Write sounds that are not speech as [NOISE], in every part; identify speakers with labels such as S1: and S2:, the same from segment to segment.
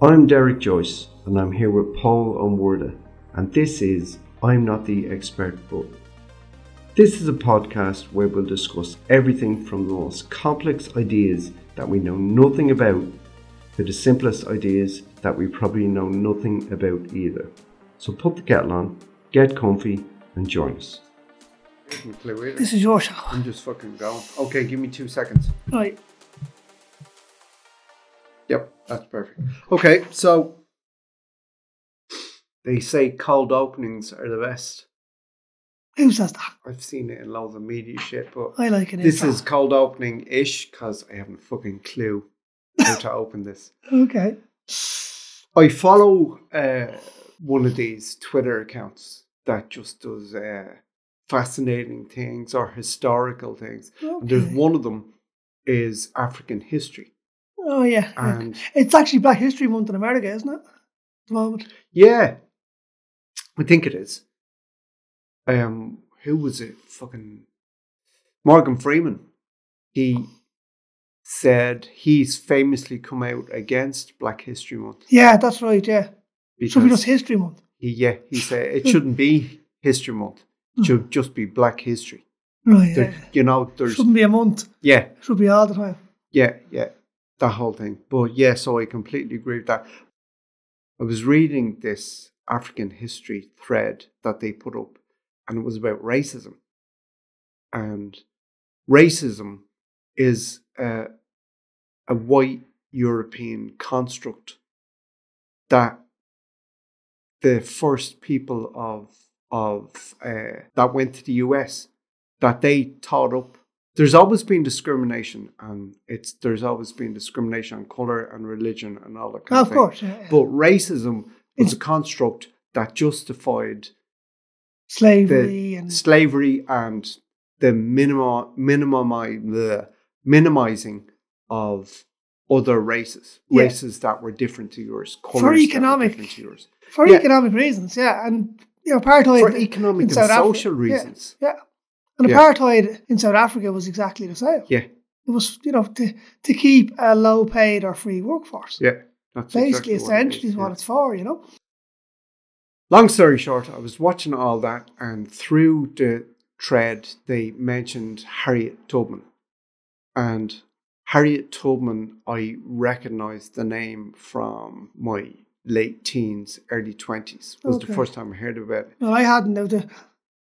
S1: I'm Derek Joyce, and I'm here with Paul Onwarda, and this is I'm Not the Expert But. This is a podcast where we'll discuss everything from the most complex ideas that we know nothing about to the simplest ideas that we probably know nothing about either. So put the kettle on, get comfy, and join us.
S2: This is your show.
S1: I'm just fucking going. Okay, give me two seconds.
S2: Right.
S1: Yep, that's perfect. Okay, so they say cold openings are the best.
S2: Who says that?
S1: I've seen it in loads of media shit, but
S2: I like it.
S1: this is cold opening ish because I haven't fucking clue how to open this.
S2: Okay.
S1: I follow uh, one of these Twitter accounts that just does uh, fascinating things or historical things. And there's
S2: Okay.
S1: one of them is African history.
S2: Oh, yeah. yeah.
S1: And
S2: It's actually Black History Month in America, isn't it? At the moment.
S1: Yeah, I think it is. Um, who was it? Fucking Morgan Freeman. He said he's famously come out against Black History Month
S2: Yeah, that's right. Yeah. Should be just
S1: because
S2: History Month.
S1: he, yeah, he said it shouldn't be History Month. It should just be Black History.
S2: Right.
S1: There,
S2: Yeah.
S1: you know, there's
S2: Shouldn't be a month.
S1: yeah,
S2: Should be all the time.
S1: yeah, yeah, that whole thing. But yeah, so I completely agree with that. I was reading this African history thread that they put up, and it was about racism. And racism is uh, a white European construct that the first people of of uh, that went to the US that they taught up. There's always been discrimination, and it's there's always been discrimination on color and religion and all that kind
S2: of
S1: of thing.
S2: course. Yeah. yeah.
S1: But racism was
S2: It's-
S1: a construct that justified
S2: Slavery
S1: the
S2: and.
S1: slavery and the minima, minimi, the minimizing of other races,
S2: Yeah.
S1: races that were different to yours, colors
S2: economic-
S1: that were different to yours,
S2: for
S1: yeah.
S2: economic reasons, yeah. And, you know, apartheid.
S1: for economic and
S2: South Africa,
S1: social
S2: yeah.
S1: reasons.
S2: Yeah. And
S1: Yeah.
S2: apartheid in South Africa was exactly the same.
S1: Yeah,
S2: It was, you know, to, to keep a low paid or free workforce.
S1: yeah. That's exactly
S2: Basically,
S1: what it
S2: essentially, is what
S1: yeah.
S2: it's for, you know?
S1: Long story short, I was watching all that, and through the thread, they mentioned Harriet Tubman. And Harriet Tubman, I recognized the name from my late teens, early 20s, was the
S2: Okay.
S1: first time I heard about it.
S2: No, I hadn't. The, the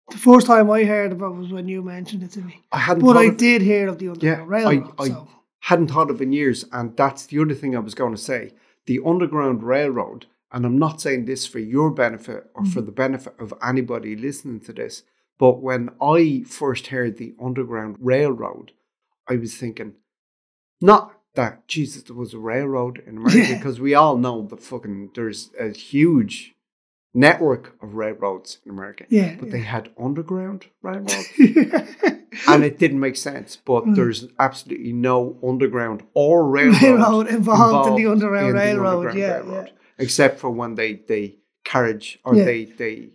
S2: the first time I heard about it was when you mentioned it to me.
S1: I hadn't,
S2: But
S1: thought
S2: I
S1: of,
S2: did hear of the
S1: yeah,
S2: Underground
S1: I,
S2: Railroad.
S1: I
S2: so.
S1: hadn't thought of it in years, and that's the other thing I was going to say. The Underground Railroad, and I'm not saying this for your benefit or for
S2: Mm-hmm.
S1: the benefit of anybody listening to this, But when I first heard the Underground Railroad, I was thinking, not that Jesus there was a railroad
S2: [LAUGHS]
S1: in America,
S2: Yeah.
S1: because we all know the fucking there's a huge network of railroads in America.
S2: Yeah,
S1: But
S2: yeah.
S1: they had underground railroads. and it didn't make sense. But
S2: Hmm.
S1: there's absolutely no underground
S2: [LAUGHS]
S1: or railroad,
S2: [LAUGHS] Railroad involved in the Underground
S1: in the
S2: Railroad,
S1: Underground
S2: yeah, yeah.
S1: Except for when they, they carriage or
S2: Yeah.
S1: they they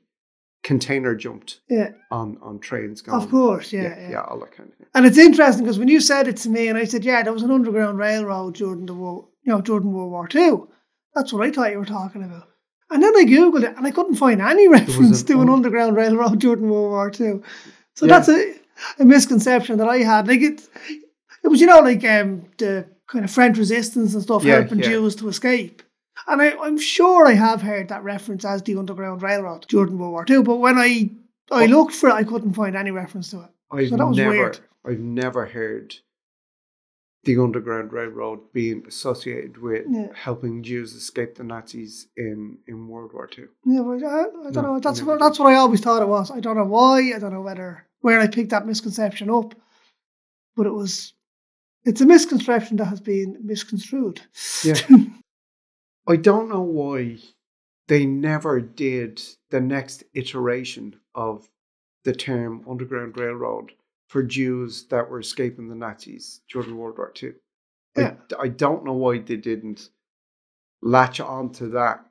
S1: container jumped
S2: yeah,
S1: on on trains going.
S2: of course, yeah,
S1: Yeah,
S2: yeah.
S1: yeah, all that kind of thing.
S2: And it's interesting because when you said it to me, and I said, "Yeah, there was an Underground Railroad during the war, you know, during World War Two. That's what I thought you were talking about. And then I googled it, and I couldn't find any [LAUGHS] reference
S1: an
S2: to an
S1: un-
S2: Underground Railroad during World War Two. So
S1: oh. Yeah.
S2: that's a, a misconception that I had. Like it, it was you know like um, the kind of French resistance and stuff
S1: Yeah,
S2: helping
S1: yeah.
S2: Jews to escape. And I, I'm sure I have heard that reference as the Underground Railroad during World War Two. But when I I looked for it, I couldn't find any reference to it.
S1: I've
S2: So that was
S1: never,
S2: weird.
S1: I've never heard the Underground Railroad being associated with
S2: Yeah.
S1: helping Jews escape the Nazis in, in World War Two.
S2: Yeah, but I, I don't
S1: No,
S2: know. That's
S1: never
S2: what,
S1: did.
S2: that's what I always thought it was. I don't know why. I don't know whether where I picked that misconception up, but it was. It's a misconception that has been misconstrued. [LAUGHS]
S1: Yeah. I don't know why they never did the next iteration of the term Underground Railroad for Jews that were escaping the Nazis during World War Two.
S2: Yeah.
S1: I, I don't know why they didn't latch onto that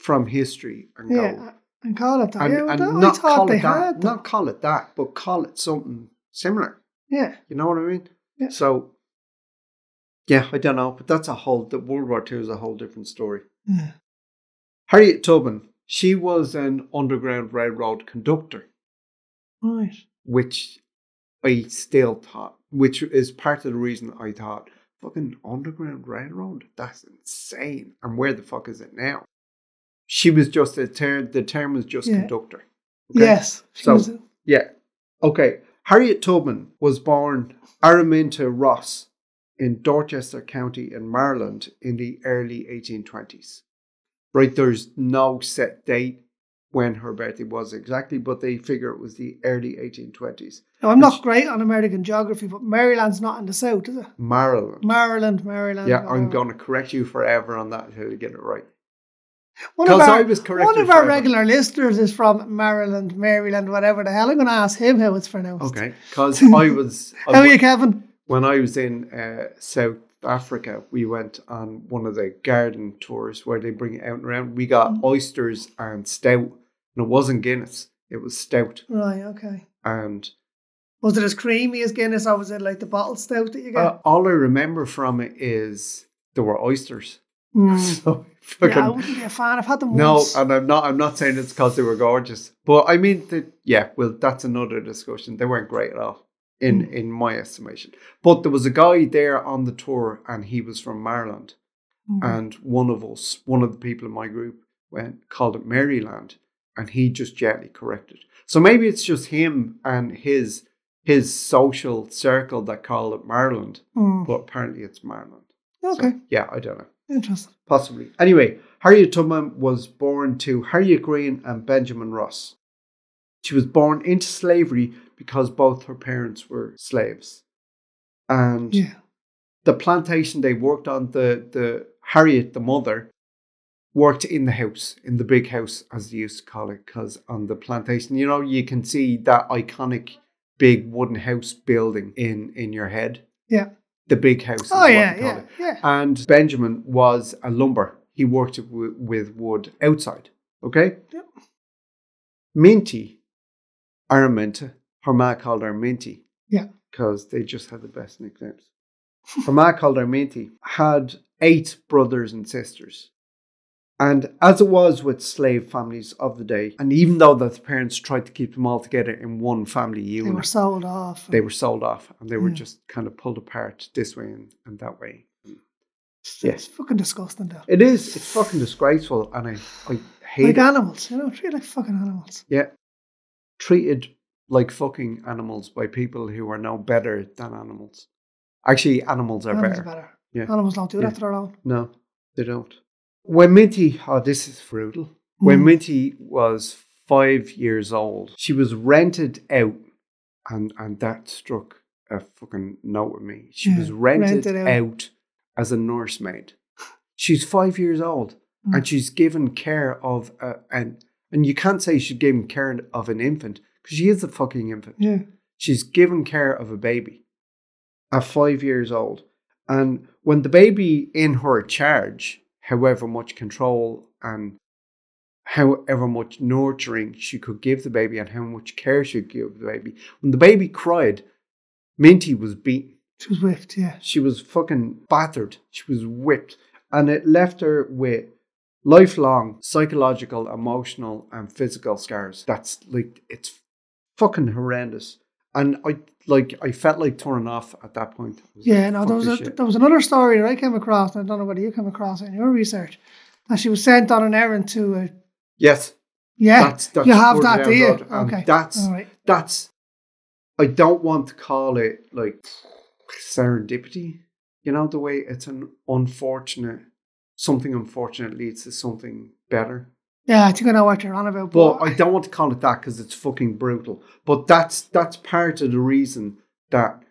S1: from history and
S2: yeah,
S1: go,
S2: and call it that.
S1: and,
S2: yeah,
S1: and
S2: that-
S1: not
S2: I thought
S1: call
S2: they
S1: it that,
S2: had. That.
S1: not call it that, but call it something similar.
S2: Yeah,
S1: You know what I mean?
S2: Yeah.
S1: So Yeah, I don't know, but that's a whole. The World War Two is a whole different story.
S2: Yeah.
S1: Harriet Tubman, she was an Underground Railroad conductor,
S2: Right.
S1: which I still thought, which is part of the reason I thought, fucking Underground Railroad? That's insane. And where the fuck is it now? She was just a term, the term was just
S2: Yeah.
S1: conductor.
S2: Yes. She
S1: So-
S2: was a-
S1: Yeah. Okay. Harriet Tubman was born Araminta Ross in Dorchester County in Maryland in the early 1820s. Right, there's no set date when her birthday was exactly, but they figure it was the early 1820s.
S2: now, I'm not great on American geography, but Maryland's not in the south, is it?
S1: Maryland.
S2: Maryland, Maryland.
S1: Yeah, I'm
S2: whatever.
S1: going to correct you forever on that until you get it right.
S2: One of
S1: Because I
S2: our,
S1: was correct.
S2: one of our regular listeners is from Maryland, Maryland, whatever the hell. I'm going to ask him how it's pronounced.
S1: Okay,
S2: [LAUGHS]
S1: because I was.
S2: How are you, Kevin?
S1: when I was in uh, South Africa, we went on one of the garden tours where they bring it out and around. We got
S2: Mm.
S1: oysters and stout, and it wasn't Guinness; it was stout.
S2: Right, okay.
S1: And
S2: Was it as creamy as Guinness or was it like the bottled stout that you get?
S1: uh, all I remember from it is there were oysters. [LAUGHS]
S2: Mm.
S1: So fucking
S2: Yeah, I wouldn't be a fan. I've had them
S1: no, uh,
S2: once.
S1: and I'm not. I'm not saying it's because they were gorgeous, but I mean that. Yeah, well, that's another discussion. They weren't great at all. In,
S2: Mm.
S1: in my estimation, but there was a guy there on the tour, and he was from Maryland,
S2: Mm.
S1: and one of us, one of the people in my group, went called it Maryland, and he just gently corrected. So maybe it's just him and his his social circle that called it Maryland,
S2: Mm.
S1: but apparently it's Maryland. So,
S2: Okay,
S1: yeah, I don't know,
S2: interesting.
S1: possibly. Anyway, Harriet Tubman was born to Harriet Green and Benjamin Ross. She was born into slavery because both her parents were slaves, and
S2: Yeah.
S1: the plantation they worked on, the the Harriet, the mother, worked in the house, in the big house, as they used to call it, because on the plantation, you know, you can see that iconic big wooden house building in in your head.
S2: Yeah.
S1: The big house. Is
S2: Oh,
S1: what
S2: yeah,
S1: they call
S2: yeah,
S1: It.
S2: yeah.
S1: And Benjamin was a lumber. He worked w- with wood outside. Okay.
S2: Yep.
S1: Minty, Araminta. Her ma called her Minty because they just had the best nicknames. [LAUGHS] Her ma called her Minty had eight brothers and sisters. And as it was with slave families of the day, and even though the parents tried to keep them all together in one family
S2: They were
S1: unit,
S2: sold off.
S1: they were sold off and they were
S2: Yeah.
S1: just kind of pulled apart this way and, and that way.
S2: It's,
S1: yeah.
S2: it's fucking disgusting, that.
S1: It is, it's fucking disgraceful and I, I hate
S2: Like
S1: it.
S2: animals, you know, treat like fucking animals.
S1: Yeah. Treated like fucking animals by people who are no better than animals. Actually, animals are
S2: animals
S1: better.
S2: are better.
S1: Yeah.
S2: Animals don't do
S1: Yeah.
S2: that to their own.
S1: No, they don't. When Minty, oh, this is brutal.
S2: Mm.
S1: When
S2: Hmm.
S1: Minty was five years old, she was rented out, and and that struck a fucking note with me. She
S2: Yeah,
S1: was rented,
S2: rented out.
S1: out. as a nursemaid. She's five years old,
S2: Mm.
S1: and she's given care of a, an and you can't say she's given care of an infant because she is a fucking infant.
S2: Yeah.
S1: She's given care of a baby at five years old. And when the baby in her charge, however much control and however much nurturing she could give the baby and how much care she could give the baby, when the baby cried, Minty was beaten.
S2: She was whipped, yeah.
S1: She was fucking battered. She was whipped. And it left her with lifelong psychological, emotional, and physical scars. That's like, it's fucking horrendous. And I like I felt like turning off at that point. I was
S2: Yeah,
S1: like,
S2: no,
S1: "Fuck
S2: there was,
S1: this
S2: a,
S1: shit."
S2: there was another story that I came across, and I don't know whether you came across it in your research, that she was sent on an errand to, uh,
S1: yes,
S2: yeah,
S1: that's that's
S2: you have
S1: further
S2: that,
S1: down
S2: do
S1: the
S2: you?
S1: road. And
S2: Okay,
S1: that's
S2: all right.
S1: that's I don't want to call it like serendipity. You know the way it's an unfortunate something unfortunate leads to something better.
S2: Yeah, I think I know what you're on about,
S1: But
S2: but,
S1: I don't want to call it that because it's fucking brutal. But that's that's part of the reason that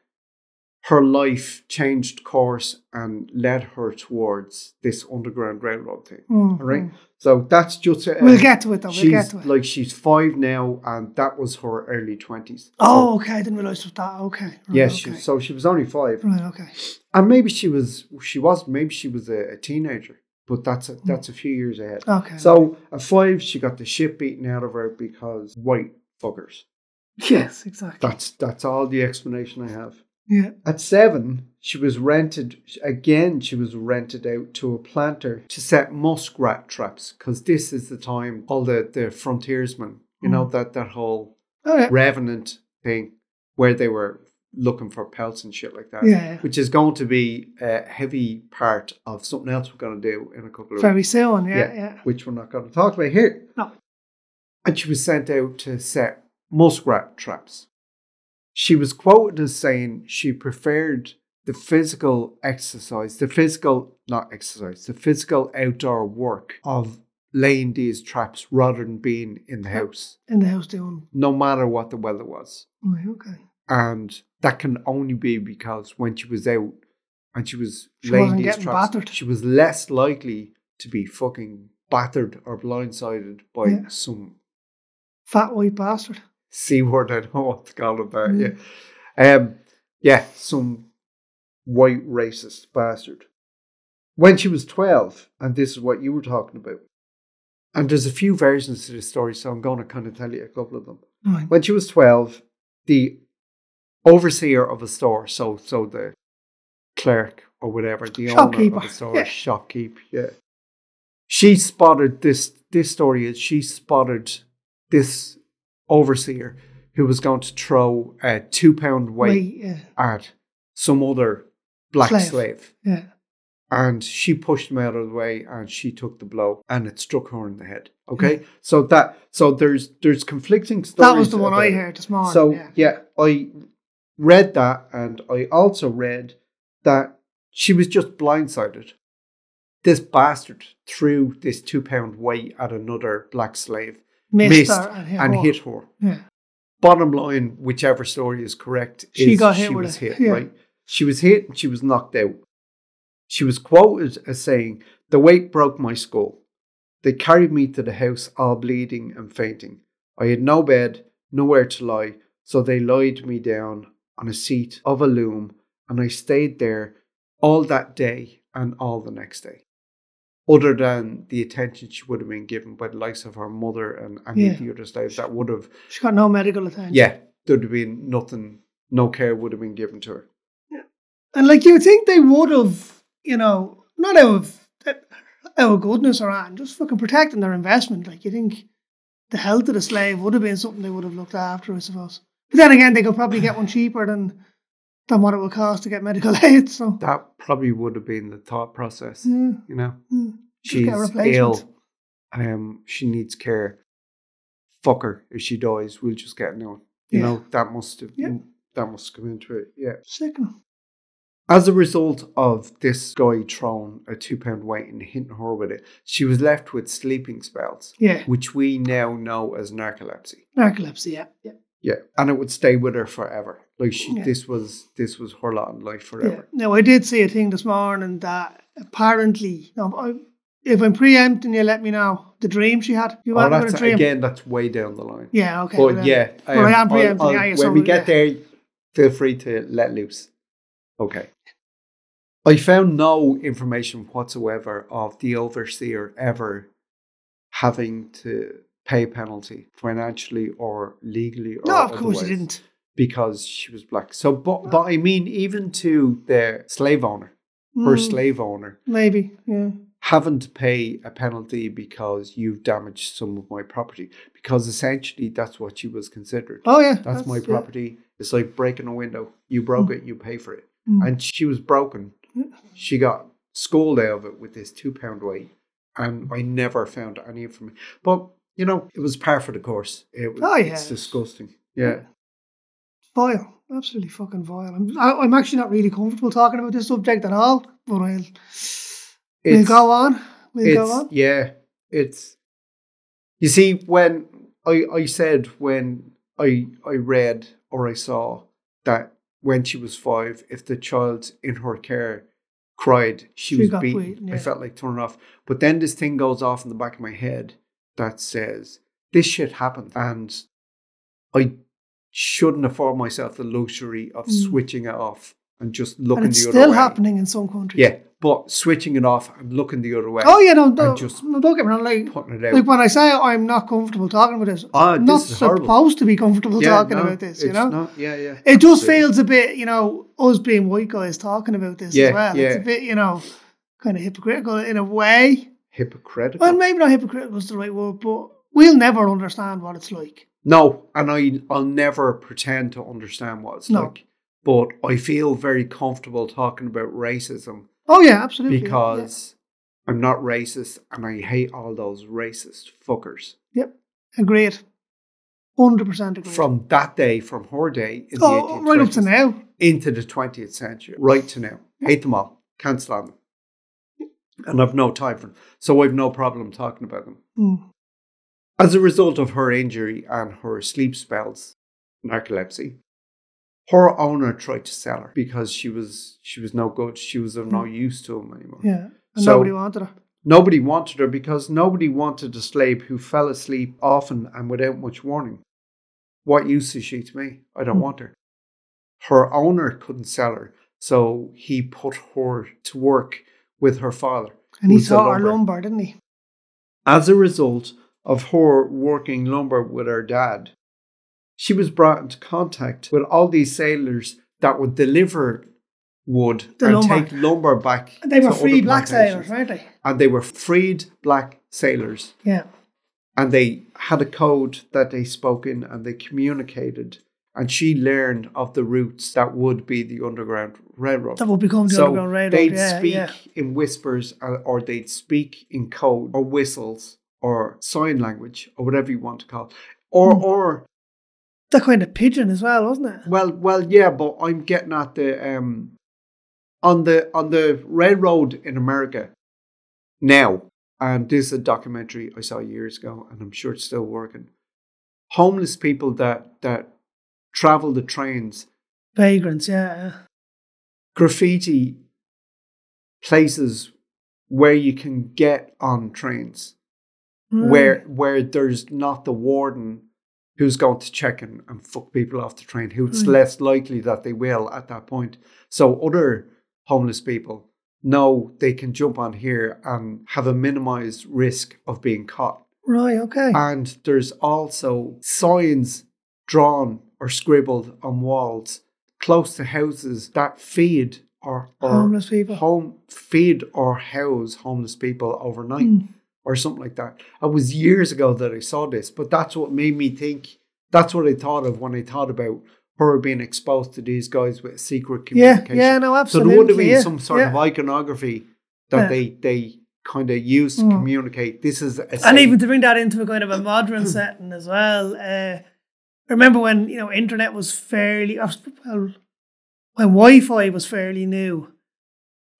S1: her life changed course and led her towards this underground railroad thing.
S2: Mm,
S1: All right.
S2: mm.
S1: So that's just uh,
S2: We'll get to it, though. We'll
S1: she's
S2: get to it.
S1: like she's five now, and that was her early twenties.
S2: oh, okay, I didn't realise it was that. Okay. Right,
S1: yeah,
S2: okay.
S1: she, so she was only five,
S2: Right, okay.
S1: and maybe she was she was maybe she was a, a teenager, but that's
S2: Mm.
S1: a, that's a few years ahead.
S2: Okay.
S1: So at five, she got the shit beaten out of her because white fuckers.
S2: [LAUGHS] yes, exactly.
S1: That's that's all the explanation I have.
S2: Yeah.
S1: At seven, she was rented again. She was rented out to a planter to set muskrat traps because this is the time all the the frontiersmen, you know, that that whole
S2: Oh, yeah.
S1: revenant thing where they were looking for pelts and shit like that.
S2: Yeah.
S1: Which is going to be a heavy part of something else we're going to do in a couple of
S2: Very soon. Yeah.
S1: Yeah.
S2: Yeah.
S1: which we're not going to talk about here.
S2: No.
S1: And she was sent out to set muskrat traps. She was quoted as saying she preferred the physical exercise, the physical, not exercise, the physical outdoor work of laying these traps rather than being in the house,
S2: In the house doing.
S1: no matter what the weather was.
S2: Right, okay.
S1: And that can only be because when she was out and she was
S2: She
S1: laying
S2: wasn't
S1: these
S2: getting
S1: traps,
S2: battered.
S1: she was less likely to be fucking battered or blindsided by
S2: Yeah.
S1: some
S2: Fat white bastard.
S1: C word. [LAUGHS] I don't know what to call it there.
S2: Mm.
S1: Yeah. Um, yeah, some white racist bastard. When she was 12, and this is what you were talking about, and there's a few versions to this story, so I'm going to kind of tell you a couple of them.
S2: Right.
S1: When she was 12, the overseer of a store, so so the clerk or whatever, the owner
S2: Shopkeeper,
S1: of
S2: [LAUGHS]
S1: the store,
S2: yeah.
S1: shopkeep, yeah. She spotted this this story is she spotted this overseer who was going to throw a two pound weight
S2: Wait, yeah.
S1: at some other black
S2: Slave.
S1: slave.
S2: Yeah.
S1: And she pushed him out of the way and she took the blow and it struck her in the head. Okay? So that so there's there's conflicting stories.
S2: That was the one
S1: about
S2: I
S1: it.
S2: heard this morning.
S1: So
S2: yeah.
S1: yeah. I read that, and I also read that she was just blindsided. This bastard threw this two pound weight at another black slave,
S2: Missed,
S1: missed,
S2: her and hit.
S1: and
S2: her.
S1: hit her.
S2: Yeah.
S1: Bottom line, whichever story is correct,
S2: She
S1: is
S2: got hit
S1: she
S2: with
S1: was
S2: it,
S1: hit,
S2: yeah.
S1: right? She was hit and she was knocked out. She was quoted as saying, The weight broke my skull. They carried me to the house, all bleeding and fainting. I had no bed, nowhere to lie, so they laid me down on a seat of a loom, and I stayed there all that day and all the next day. Other than the attention she would have been given by the likes of her mother and any of
S2: Yeah.
S1: the other slaves that would have
S2: She got no medical attention.
S1: yeah, there'd have been nothing, no care would have been given to her.
S2: And like you would think they would have, you know, not out of out of goodness or anything, just fucking protecting their investment. Like you think the health of the slave would have been something they would have looked after, I suppose. But then again, they could probably get one cheaper than than what it would cost to get medical [LAUGHS] aid. So
S1: That probably would have been the thought process,
S2: yeah,
S1: you know.
S2: yeah. Just
S1: She's
S2: Mm. get a replacement.
S1: ill. Um, she needs care. Fuck her. If she dies, we'll just get another. You
S2: Yeah.
S1: know, that must have
S2: Yeah.
S1: that must come into it. Yeah.
S2: Sickening.
S1: As a result of this guy throwing a two pound weight and hitting her with it, she was left with sleeping spells,
S2: Yeah.
S1: which we now know as narcolepsy.
S2: Narcolepsy, yeah. yeah.
S1: Yeah, and it would stay with her forever. Like she,
S2: Yeah.
S1: this was this was her lot in life forever.
S2: Yeah. Now I did see a thing this morning that apparently now I, if I'm preempting you let me know. The dream she had. You
S1: Oh,
S2: had a
S1: that's
S2: dream.
S1: again. That's way down the line.
S2: Yeah, okay.
S1: but
S2: whatever.
S1: yeah,
S2: Well, I am
S1: I'll-
S2: preempting,
S1: I'll-
S2: yeah, yeah,
S1: when
S2: so,
S1: we get
S2: yeah.
S1: there, feel free to let loose. Okay. I found no information whatsoever of the overseer ever having to pay a penalty financially or legally. Or
S2: No, of course you
S1: otherwise
S2: didn't.
S1: because she was black. So, but but I mean, even to the slave owner, her
S2: Mm,
S1: slave owner.
S2: Maybe, yeah.
S1: having to pay a penalty because you've damaged some of my property because essentially that's what she was considered
S2: Oh yeah,
S1: that's, my
S2: yeah.
S1: property it's like breaking a window you broke it you pay for it
S2: Mm.
S1: and she was broken
S2: Mm.
S1: she got scolded out of it with this two pound weight and i never found any information but you know it was par for the course it was
S2: Oh, yeah.
S1: it's disgusting yeah
S2: Vile, absolutely fucking vile. I'm, I, I'm actually not really comfortable talking about this subject at all, but I'll we'll
S1: It's-
S2: go on. We'll
S1: it's
S2: go on.
S1: yeah it's you see when i i said when i i read or i saw that when she was five if the child in her care cried she,
S2: She
S1: was
S2: got
S1: beaten
S2: beaten,
S1: i
S2: yeah.
S1: felt like turning off but then this thing goes off in the back of my head that says this shit happened and i shouldn't afford myself the luxury of
S2: Mm.
S1: switching it off and just looking
S2: And it's
S1: the
S2: still
S1: other way
S2: happening in some countries.
S1: yeah but switching it off and looking the other way.
S2: Oh yeah, no, no,
S1: just
S2: no don't get me wrong. Like,
S1: putting it out.
S2: like when I say I'm not comfortable talking about this,
S1: Ah,
S2: I'm
S1: this
S2: not
S1: is horrible.
S2: supposed to be comfortable
S1: Yeah,
S2: talking
S1: no,
S2: about this. You
S1: it's
S2: know,
S1: not- yeah, yeah.
S2: it just
S1: absolutely.
S2: feels a bit, you know, us being white guys talking about this
S1: Yeah,
S2: as well. It's a
S1: yeah.
S2: bit, you know, kind of hypocritical in a way.
S1: hypocritical.
S2: Well, maybe not hypocritical is the right word, but we'll never understand what it's like.
S1: No, and I, I'll never pretend to understand what it's
S2: No.
S1: like. But I feel very comfortable talking about racism
S2: Oh yeah, absolutely.
S1: because I'm not racist and I hate all those racist fuckers.
S2: yeah. yep, agreed, hundred percent agreed.
S1: From that day, from her day in
S2: oh,
S1: the
S2: right up to
S1: 1820s
S2: now.
S1: into the 20th century, right to now. Hate them all, can't stand them. And I've no time for them. So I've no problem talking about them.
S2: Hmm.
S1: As a result of her injury and her sleep spells, narcolepsy, her owner tried to sell her because she was she was no good. She was of no use to him anymore.
S2: Mm. Yeah, and
S1: So-
S2: nobody wanted her.
S1: Nobody wanted her because nobody wanted a slave who fell asleep often and without much warning. What use is she to me? I don't
S2: Hmm.
S1: want her. Her owner couldn't sell her, so he put her to work with her father.
S2: And he
S1: who's a
S2: saw our
S1: lumber.
S2: lumbar, didn't he?
S1: As a result of her working lumber with her dad, she was brought into contact with all these sailors that would deliver wood
S2: The
S1: and
S2: lumber.
S1: take lumber back.
S2: And they
S1: to
S2: were
S1: other
S2: free black
S1: plantations.
S2: sailors, weren't they?
S1: And they were freed black sailors.
S2: Yeah.
S1: And they had a code that they spoke in and they communicated. And she learned of the routes that would be the Underground Railroad
S2: That would become the Underground Railroad.
S1: they'd
S2: yeah,
S1: speak
S2: yeah.
S1: in whispers or, or they'd speak in code or whistles or sign language or whatever you want to call it. Or,
S2: Hmm.
S1: or
S2: That kind of pigeon as well, wasn't it?
S1: well, well, yeah, but I'm getting at the um, on the on the railroad in America now, and this is a documentary I saw years ago, and I'm sure it's still working. Homeless people that that travel the trains
S2: Vagrants, yeah.
S1: graffiti places where you can get on trains
S2: Mm.
S1: where where there's not the warden who's going to check and, and fuck people off the train who it's
S2: Mm.
S1: less likely that they will at that point so other homeless people know they can jump on here and have a minimized risk of being caught
S2: Hmm, Right, okay.
S1: and there's also signs drawn or scribbled on walls close to houses that feed or, or
S2: Homeless people.
S1: home feed or house homeless people overnight
S2: Mm.
S1: or something like that. It was years ago that I saw this, but that's what made me think. That's what I thought of when I thought about her being exposed to these guys with secret
S2: Yeah,
S1: communication.
S2: yeah, no,
S1: so
S2: absolutely.
S1: there would have been
S2: yeah,
S1: some sort
S2: yeah.
S1: of iconography that
S2: Yeah.
S1: they they kind of used to
S2: Mm.
S1: communicate. This is a
S2: and
S1: safe-
S2: even to bring that into a kind of a
S1: [CLEARS THROAT]
S2: modern setting as well. Uh, I remember when you know internet was fairly uh, well, when Wi-Fi was fairly new,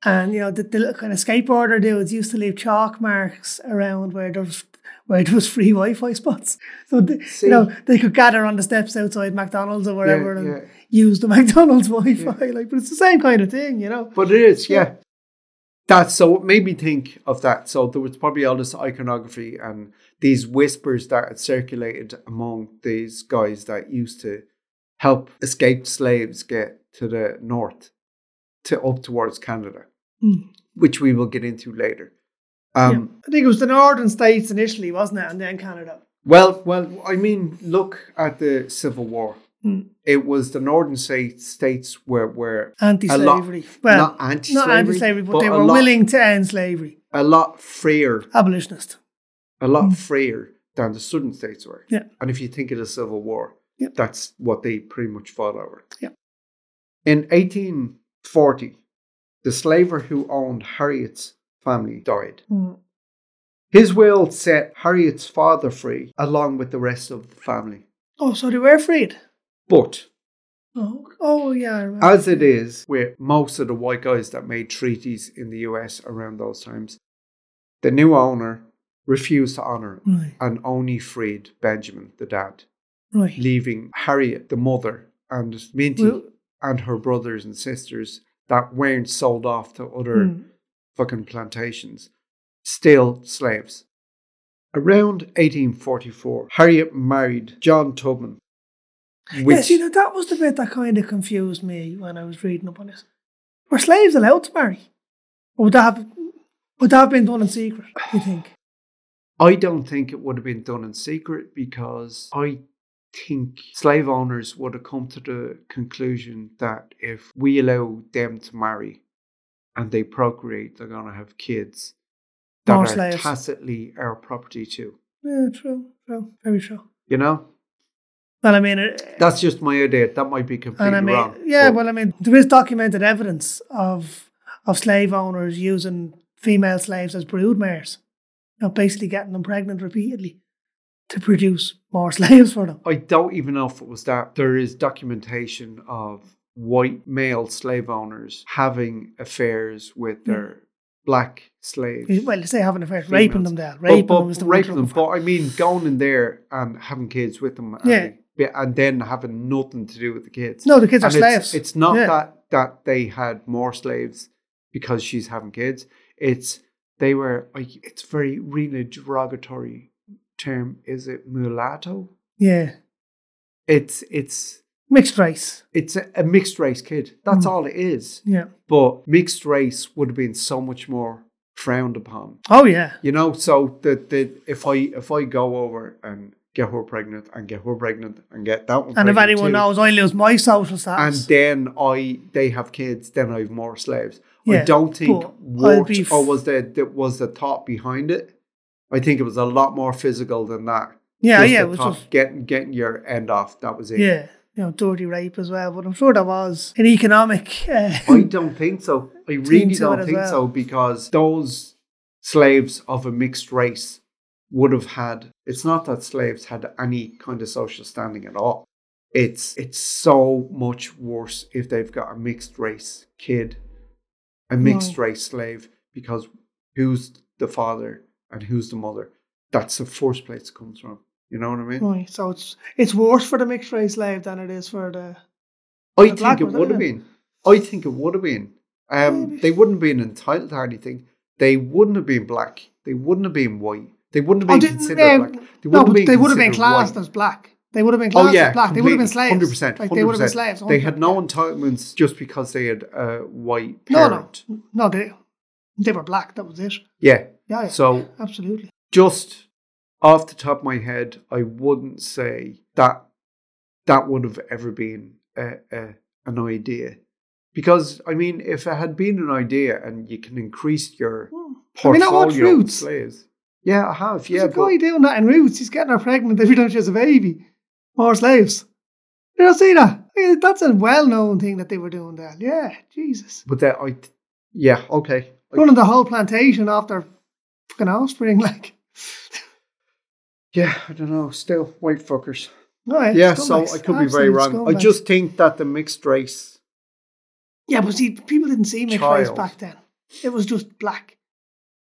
S2: and you know the, the little kind of skateboarder dudes used to leave chalk marks around where there was where there was free Wi-Fi spots, [LAUGHS] so they,
S1: See?
S2: you know they could gather on the steps outside McDonald's or
S1: Yeah,
S2: wherever and
S1: yeah.
S2: use the [LAUGHS] McDonald's Wi-Fi. Like, but it's the same kind of thing, you know.
S1: But it is,
S2: Yeah.
S1: yeah. That's so it made me think of that. So there was probably all this iconography and these whispers that had circulated among these guys that used to help escaped slaves get to the north, to up towards Canada,
S2: Mm.
S1: which we will get into later. Um,
S2: yeah. I think it was the northern states initially, wasn't it, and then Canada.
S1: Well, well, I mean, look at the Civil War.
S2: Mm.
S1: It was the northern state, states where where
S2: Uh, Anti-slavery. well,
S1: not anti-slavery,
S2: not anti-slavery, but, they
S1: a
S2: were
S1: lot-
S2: willing to end slavery.
S1: a lot freer
S2: Abolitionist.
S1: a lot freer than the southern states were.
S2: Mm. Yeah.
S1: And if you think of the Civil War,
S2: Yeah.
S1: that's what they pretty much fought over.
S2: Yeah.
S1: In 1840, the slaver who owned Harriet's family died.
S2: Mm.
S1: His will set Harriet's father free along with the rest of the family.
S2: Oh, so they were freed.
S1: But
S2: Oh, oh yeah. I remember.
S1: as it is with most of the white guys that made treaties in the US around those times, the new owner refused to honor it
S2: right,
S1: and only freed Benjamin, the dad.
S2: right.
S1: leaving Harriet, the mother, and Minty
S2: Well-
S1: and her brothers and sisters that weren't sold off to other
S2: Mm.
S1: fucking plantations, still slaves. Around 1844, Harriet married John Tubman.
S2: yeah, see, now that was the bit that kind of confused me when I was reading up on this. Were slaves allowed to marry? Or would that have would that have been done in secret, do you think?
S1: I don't think it would have been done in secret because I think slave owners would have come to the conclusion that if we allow them to marry and they procreate, they're going to have kids that
S2: More
S1: are
S2: slaves.
S1: tacitly our property too.
S2: Yeah, true, true, very true.
S1: You know,
S2: Well, I mean, it,
S1: that's just my idea. That might be completely
S2: and I mean,
S1: wrong.
S2: yeah,
S1: but
S2: well, uh I mean, there is documented evidence of of slave owners using female slaves as broodmares, you know, basically getting them pregnant repeatedly to produce more [LAUGHS] slaves for them.
S1: I don't even know if it was that. There is documentation of white male slave owners having affairs with their black slaves.
S2: Well, they have an affair,
S1: Females.
S2: raping them there, raping
S1: but,
S2: them is the word
S1: raping
S2: I'm
S1: them.
S2: looking for.
S1: But I mean, going in there and having kids with them, and,
S2: Yeah.
S1: be- and then having nothing to do with the kids.
S2: No, the kids are
S1: And it's-
S2: slaves.
S1: It's, not
S2: Yeah.
S1: that that they had more slaves because she's having kids. It's they were like it's very really derogatory term. Is it mulatto?
S2: yeah,
S1: It's it's
S2: mixed race.
S1: it's a, a mixed race kid.
S2: Hmm.
S1: That's all it is.
S2: Yeah.
S1: But mixed race would have been so much more frowned upon.
S2: Oh yeah.
S1: You know, so the, the if I if I go over and get her pregnant and get her pregnant and get that one
S2: And if
S1: pregnant
S2: anyone
S1: too,
S2: knows, I lose my social
S1: and
S2: status.
S1: then I they have kids, then I have more slaves. I
S2: Yeah,
S1: don't think
S2: but I'll
S1: what
S2: be f-
S1: or was the that was the thought behind it. I think it was a lot more physical than that.
S2: yeah,
S1: Just
S2: yeah,
S1: the
S2: it was
S1: thought,
S2: just
S1: getting getting your end off. That was it.
S2: yeah, you know, dirty rape as well. But I'm sure there was an economic. Uh,
S1: I don't think so. I really
S2: to it
S1: don't
S2: as
S1: think
S2: well.
S1: so because those slaves of a mixed race would have had. It's not that slaves had any kind of social standing at all. It's it's so much worse if they've got a mixed race kid, a mixed race slave, because who's the father and who's the mother? That's the first place it comes from. You know what I mean?
S2: Right, so it's it's worse for the mixed race slave than it is for the
S1: I
S2: The black
S1: think it
S2: one,
S1: would have
S2: isn't it?
S1: been. I think it would have been. Um,
S2: Maybe.
S1: they wouldn't have been entitled to anything. They wouldn't have been black. They wouldn't have been white. They wouldn't have
S2: Oh,
S1: been
S2: didn't-
S1: considered
S2: um,
S1: black. They
S2: no,
S1: wouldn't
S2: but
S1: have been
S2: they would have been
S1: considered white. Oh,
S2: classed as black. They would have been classed as black. They would have been slaves.
S1: Hundred percent.
S2: Like they would have been slaves.
S1: They had no
S2: 100%.
S1: entitlements just because they had a white
S2: No,
S1: parent.
S2: no, no. They they were black. That was it.
S1: Yeah.
S2: Yeah, yeah.
S1: So
S2: absolutely.
S1: just off the top of my head, I wouldn't say that that would have ever been a, a, an idea. Because, I mean, if it had been an idea and you can increase your
S2: Hmm. I mean, I
S1: portfolio
S2: watch
S1: of
S2: Roots.
S1: slaves. Yeah, I have.
S2: There's
S1: Yeah,
S2: a
S1: but
S2: guy doing that in Roots. He's getting her pregnant every time she has a baby. More slaves. You don't see that? I mean, that's a well-known thing that they were doing there. Yeah, Jesus.
S1: but that I, yeah, okay. I-
S2: Running the whole plantation after fucking offspring, [LAUGHS] like.
S1: yeah, I don't know. Still, white fuckers.
S2: No, it's
S1: Yeah, so
S2: scumbags,
S1: I could be very
S2: absolute
S1: wrong. I
S2: scumbags.
S1: just think that the mixed race.
S2: yeah, but see, people didn't see mixed race
S1: Child.
S2: back then. It was just black.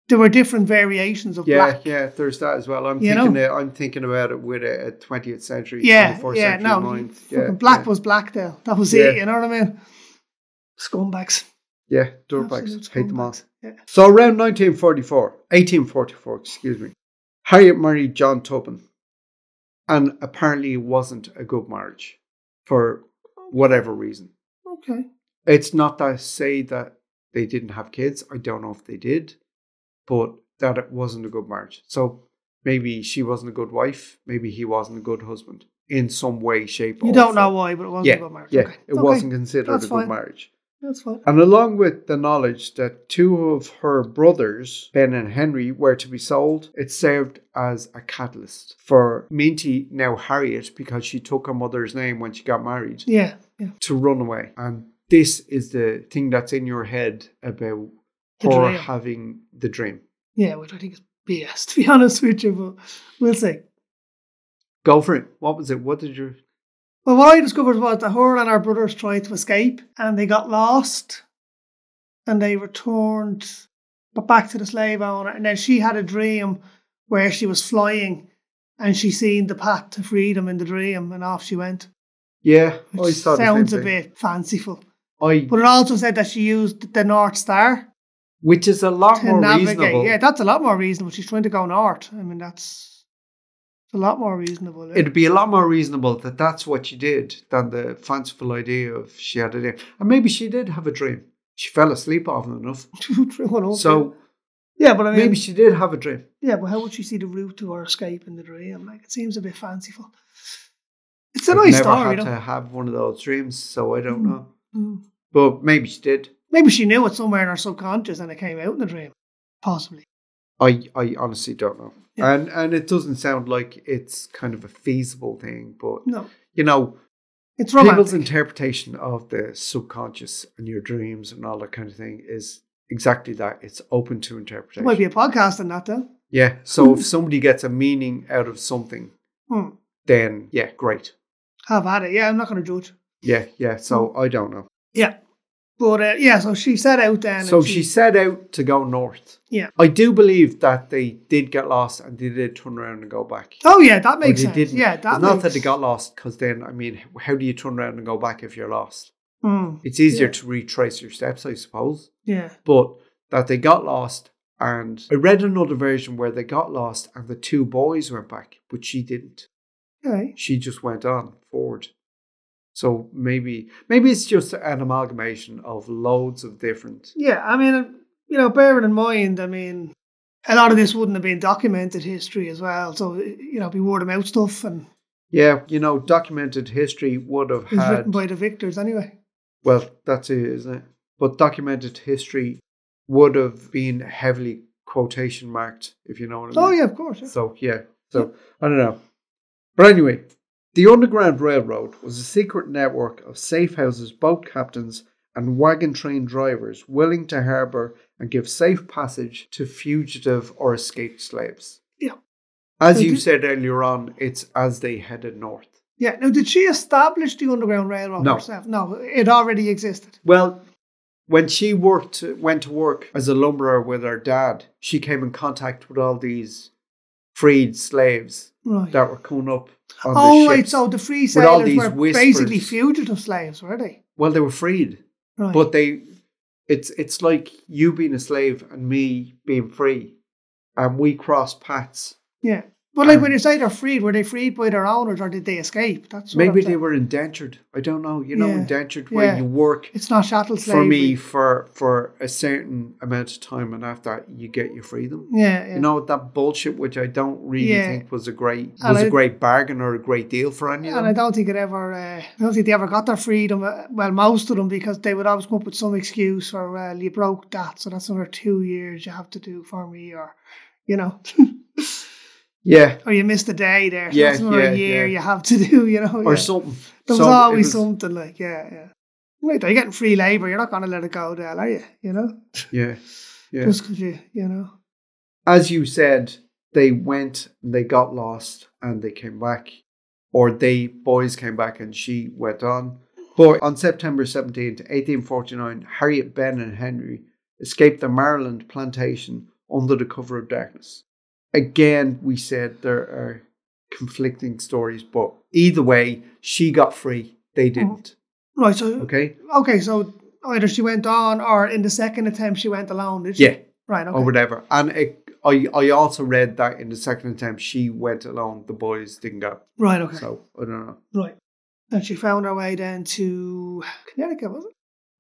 S2: There were different variations of
S1: Yeah,
S2: black.
S1: yeah. There's that as well. I'm
S2: You
S1: thinking.
S2: know?
S1: That, I'm thinking about it with a, a 20th century,
S2: yeah,
S1: 21st
S2: yeah.
S1: century
S2: No,
S1: mind.
S2: fucking black
S1: yeah.
S2: was black there. That was
S1: Yeah.
S2: it. You know what I mean? Scumbags.
S1: Yeah, dirtbags.
S2: Absolute
S1: Hate them all.
S2: scumbags. Yeah.
S1: So around 1944, 1844, excuse me, Harriet married John Tobin. And apparently it wasn't a good marriage for whatever reason.
S2: Okay.
S1: It's not that I say that they didn't have kids. I don't know if they did, but that it wasn't a good marriage. So maybe she wasn't a good wife. Maybe he wasn't a good husband in some way, shape, or
S2: You don't know
S1: form.
S2: why, but it wasn't
S1: Yeah,
S2: a good marriage.
S1: yeah.
S2: okay.
S1: It
S2: Okay.
S1: wasn't considered
S2: That's
S1: a good
S2: fine.
S1: marriage.
S2: That's fine.
S1: And along with the knowledge that two of her brothers, Ben and Henry, were to be sold, it served as a catalyst for Minty, now Harriet, because she took her mother's name when she got married,
S2: Yeah. Yeah.
S1: to run away. And this is the thing that's in your head about
S2: The
S1: her
S2: dream.
S1: having the dream.
S2: Yeah, which I think is BS, to be [LAUGHS] honest with you, but we'll see.
S1: Go for it. What was it? What did you.
S2: Well, what I discovered was that her and her brothers tried to escape and they got lost and they returned but back to the slave owner. And then she had a dream where she was flying and she seen the path to freedom in the dream and off she went.
S1: Yeah, Oh, I
S2: Which
S1: saw the same
S2: sounds a
S1: thing.
S2: bit fanciful.
S1: I,
S2: But it also said that she used the North Star
S1: which is a lot
S2: to
S1: more
S2: navigate.
S1: reasonable.
S2: Yeah, that's a lot more reasonable. She's trying to go north. I mean, that's it's a lot more reasonable. eh? [LAUGHS]
S1: it'd be a lot more reasonable that that's what she did than the fanciful idea of she had a dream. And maybe she did have a dream. She fell asleep often enough.
S2: Driven over.
S1: So
S2: yeah, but I mean,
S1: maybe she did have a dream.
S2: yeah, but how would she see the route to her escape in the dream? Like, it seems a bit fanciful. It's a
S1: I've
S2: nice
S1: never
S2: story,
S1: had
S2: though.
S1: to have one of those dreams, so I don't
S2: Mm.
S1: know.
S2: Mm.
S1: But maybe she did.
S2: Maybe she knew it somewhere in her subconscious and it came out in the dream. Possibly.
S1: I, I honestly don't know.
S2: Yeah.
S1: And and it doesn't sound like it's kind of a feasible thing, but
S2: No,
S1: you know,
S2: it's
S1: people's
S2: romantic.
S1: interpretation of the subconscious and your dreams and all that kind of thing is exactly that. It's open to
S2: There
S1: interpretation.
S2: might be a Hmm. podcast on that, though.
S1: yeah. So if somebody gets a meaning out of something,
S2: Hmm.
S1: then yeah, great.
S2: Have at it. Yeah, I'm not going to judge.
S1: Yeah, yeah.
S2: Hmm.
S1: So I don't know.
S2: Yeah. But uh, yeah, so she set out then. and
S1: So she set out to go north.
S2: Yeah.
S1: I do believe that they did get lost and they did turn around and go back.
S2: Oh, yeah, that
S1: Or
S2: makes
S1: they
S2: sense.
S1: didn't.
S2: Yeah,
S1: It's
S2: that
S1: not
S2: makes
S1: that they got lost, because then, I mean, h- how do you turn around and go back if you're lost?
S2: Hmm.
S1: It's easier
S2: Yeah.
S1: to retrace your steps, I suppose.
S2: Yeah.
S1: But that they got lost, and I read another version where they got lost and the two boys went back, but she didn't.
S2: Okay.
S1: She just went on forward. So maybe, maybe it's just an amalgamation of loads of different.
S2: Yeah, I mean, uh, you know, bearing in mind, I mean, a lot of this wouldn't have been documented history as well. So, you know, be word of mouth stuff and
S1: Yeah, you know, documented history would have
S2: it was
S1: had
S2: written by the victors anyway.
S1: Well, that's it, isn't it? But documented history would have been heavily quotation marked, if you know what I mean.
S2: Oh, yeah, of course. yeah.
S1: So, yeah. So, I don't know. But anyway, the Underground Railroad was a secret network of safe houses, boat captains, and wagon train drivers willing to harbour and give safe passage to fugitive or escaped slaves.
S2: Yeah.
S1: As
S2: They
S1: you
S2: did-
S1: said earlier on, it's as they headed north.
S2: Yeah. Now, did she establish the Underground Railroad
S1: No.
S2: herself? No, it already existed.
S1: Well, when she worked, went to work as a lumberer with her dad, she came in contact with all these freed slaves
S2: Right.
S1: that were coming up on
S2: oh,
S1: the
S2: right.
S1: ships.
S2: So the free
S1: With all
S2: sailors
S1: these
S2: were
S1: whispers.
S2: basically fugitive slaves, were they?
S1: Well, they were freed,
S2: Right.
S1: but they, it's it's like you being a slave and me being free, and we cross paths.
S2: yeah. But like
S1: Um,
S2: when you say they're freed, were they freed by their owners or did they escape? That's what
S1: Maybe
S2: I'm
S1: they
S2: saying.
S1: were indentured. I don't know. You know,
S2: Yeah.
S1: indentured where
S2: Yeah.
S1: you work
S2: It's not chattel slavery.
S1: for me for for a certain amount of time, and after that you get your freedom.
S2: yeah, yeah.
S1: you know that bullshit which I don't really
S2: Yeah.
S1: think was a great
S2: And
S1: was a
S2: I-
S1: great bargain or a great deal for any of
S2: And I
S1: them.
S2: don't think it ever. Uh, I don't think they ever got their freedom. Uh, well, most of them, because they would always come up with some excuse for well, you broke that, so that's another two years you have to do for me, or you know, [LAUGHS]
S1: Yeah,
S2: or you missed a day there, so
S1: Yeah,
S2: that's another
S1: yeah,
S2: year
S1: yeah.
S2: you have to do. [LAUGHS] You know,
S1: or
S2: yeah.
S1: something.
S2: there was
S1: So it
S2: always
S1: was-
S2: something like yeah, yeah. Right, you're getting free labour. You're not going to let it go, Dale, are you? You know,
S1: Yeah, yeah.
S2: Just 'cause you, you know,
S1: As you said, they went, and they got lost, and they came back, or they boys came back, and she went on. But on September seventeenth, eighteen forty nine, Harriet, Ben, and Henry escaped the Maryland plantation under the cover of darkness. Again, we said there are conflicting stories, but either way, she got free. They didn't.
S2: right. So okay.
S1: Okay.
S2: so either she went on, or in the second attempt she went alone. Did she?
S1: Yeah,
S2: Right. Okay.
S1: or whatever. And it, I, I also read that in the second attempt, she went alone. The boys didn't go.
S2: right. Okay.
S1: So I don't know.
S2: Right. And she found her way then to Connecticut, was it?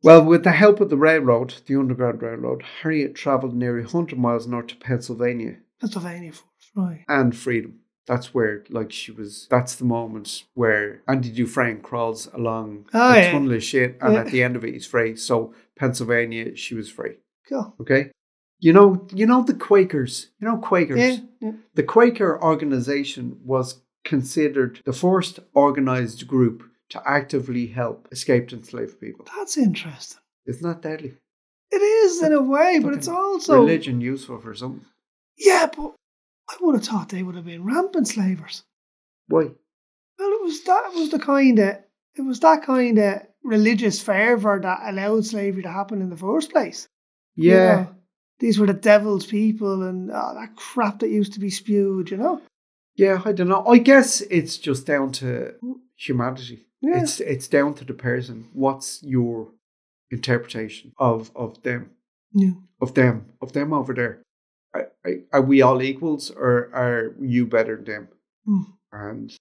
S1: Well, with the help of the railroad, the Underground Railroad, Harriet travelled nearly 100 miles north to Pennsylvania
S2: Pennsylvania first, right.
S1: and freedom. That's where, like, she was. That's the moment where Andy Dufresne crawls along
S2: Oh,
S1: a
S2: yeah.
S1: tunnel of shit, and
S2: Yeah.
S1: at the end of it, he's free. So Pennsylvania, she was free.
S2: Cool.
S1: Okay, you know, you know the Quakers. You know Quakers.
S2: Yeah, yeah.
S1: The Quaker organization was considered the first organized group to actively help escaped enslaved people.
S2: That's interesting.
S1: Isn't that deadly?
S2: It is in a way, but
S1: Fucking
S2: it's also
S1: religion useful for something.
S2: Yeah, but I would have thought they would have been rampant slavers.
S1: Why?
S2: Well it was that was the kind of it was that kind of religious fervour that allowed slavery to happen in the first place. you
S1: Yeah.
S2: know. These were the devil's people and oh, that crap that used to be spewed, you know?
S1: Yeah, I don't know. I guess it's just down to humanity.
S2: Yeah.
S1: It's it's down to the person. What's your interpretation of of them?
S2: Yeah.
S1: Of them. Of them over there. Are, are- are we all equals or are you better than them?
S2: Hmm.
S1: And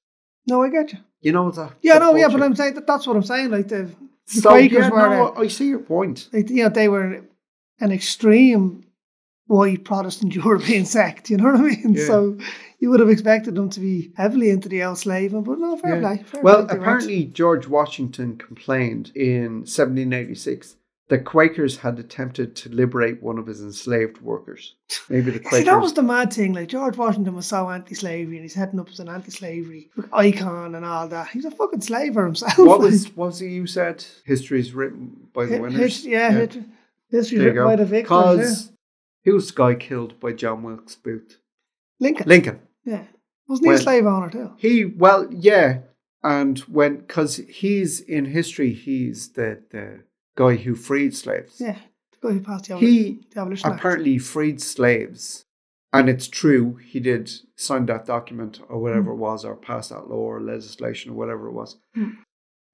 S2: No, I get you.
S1: you know that
S2: Yeah,
S1: that
S2: no, yeah, but
S1: bullshit.
S2: I'm saying that that's what I'm saying. Like the The
S1: So
S2: Quakers
S1: yeah,
S2: were
S1: no, I see your point.
S2: like you know they were an extreme white Protestant [LAUGHS] European sect. You know what I mean?
S1: Yeah.
S2: So you would have expected them to be heavily into the old slaving, but no, fair
S1: Yeah.
S2: play. fair
S1: Well,
S2: play, they weren't.
S1: apparently George Washington complained in 1786 that Quakers had attempted to liberate one of his enslaved workers. Maybe the
S2: [LAUGHS] See, that
S1: Quakers.
S2: was the mad thing. Like George Washington was so anti-slavery, and he's heading up as an anti-slavery icon and all that. He's a fucking slaver
S1: [LAUGHS]
S2: himself.
S1: What
S2: like. [LAUGHS]
S1: was was it you said? History's written by the
S2: Hit-
S1: winners.
S2: hit- yeah, Hit, history
S1: There you
S2: written by the
S1: go.
S2: victors.
S1: Because who was the guy killed by John Wilkes Booth?
S2: yeah. Lincoln.
S1: Lincoln.
S2: yeah, wasn't he
S1: Well-
S2: a slave owner too?
S1: He well, yeah, and when because he's in history, he's the the guy who freed slaves.
S2: Yeah, the guy who passed the, aboli-
S1: He
S2: the abolition act.
S1: apparently freed slaves, and it's true he did sign that document or whatever
S2: Hmm.
S1: it was, or pass that law or legislation or whatever it was.
S2: Mm.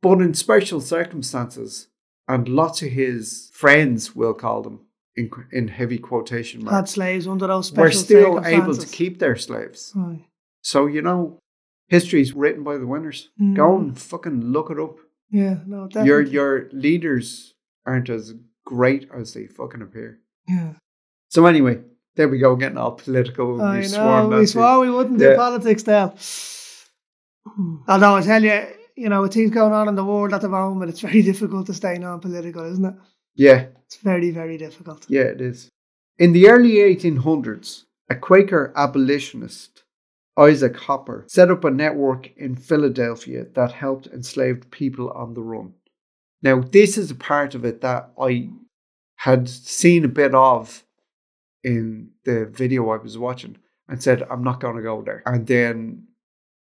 S1: But in special circumstances, and lots of his friends, we'll call them in qu- in heavy quotation
S2: had
S1: marks,
S2: slaves under those special
S1: were still able to
S2: circumstances.
S1: keep their slaves.
S2: Right.
S1: So you know, history's written by the winners.
S2: Mm.
S1: Go and fucking look it up.
S2: Yeah, no, definitely.
S1: Your your leaders aren't as great as they fucking appear.
S2: yeah.
S1: So anyway, there we go, getting all political.
S2: I
S1: we
S2: know.
S1: swarmed
S2: We
S1: onto-
S2: swore we wouldn't
S1: Yeah.
S2: do politics, Dale. Although I tell you, you know, with things going on in the world at the moment, it's very [LAUGHS] difficult to stay non-political, isn't it?
S1: Yeah,
S2: It's very, very difficult.
S1: yeah, it is. In the early 1800s, a Quaker abolitionist, Isaac Hopper, set up a network in Philadelphia that helped enslaved people on the run. Now, this is a part of it that I had seen a bit of in the video I was watching and said, I'm not going to go there. And then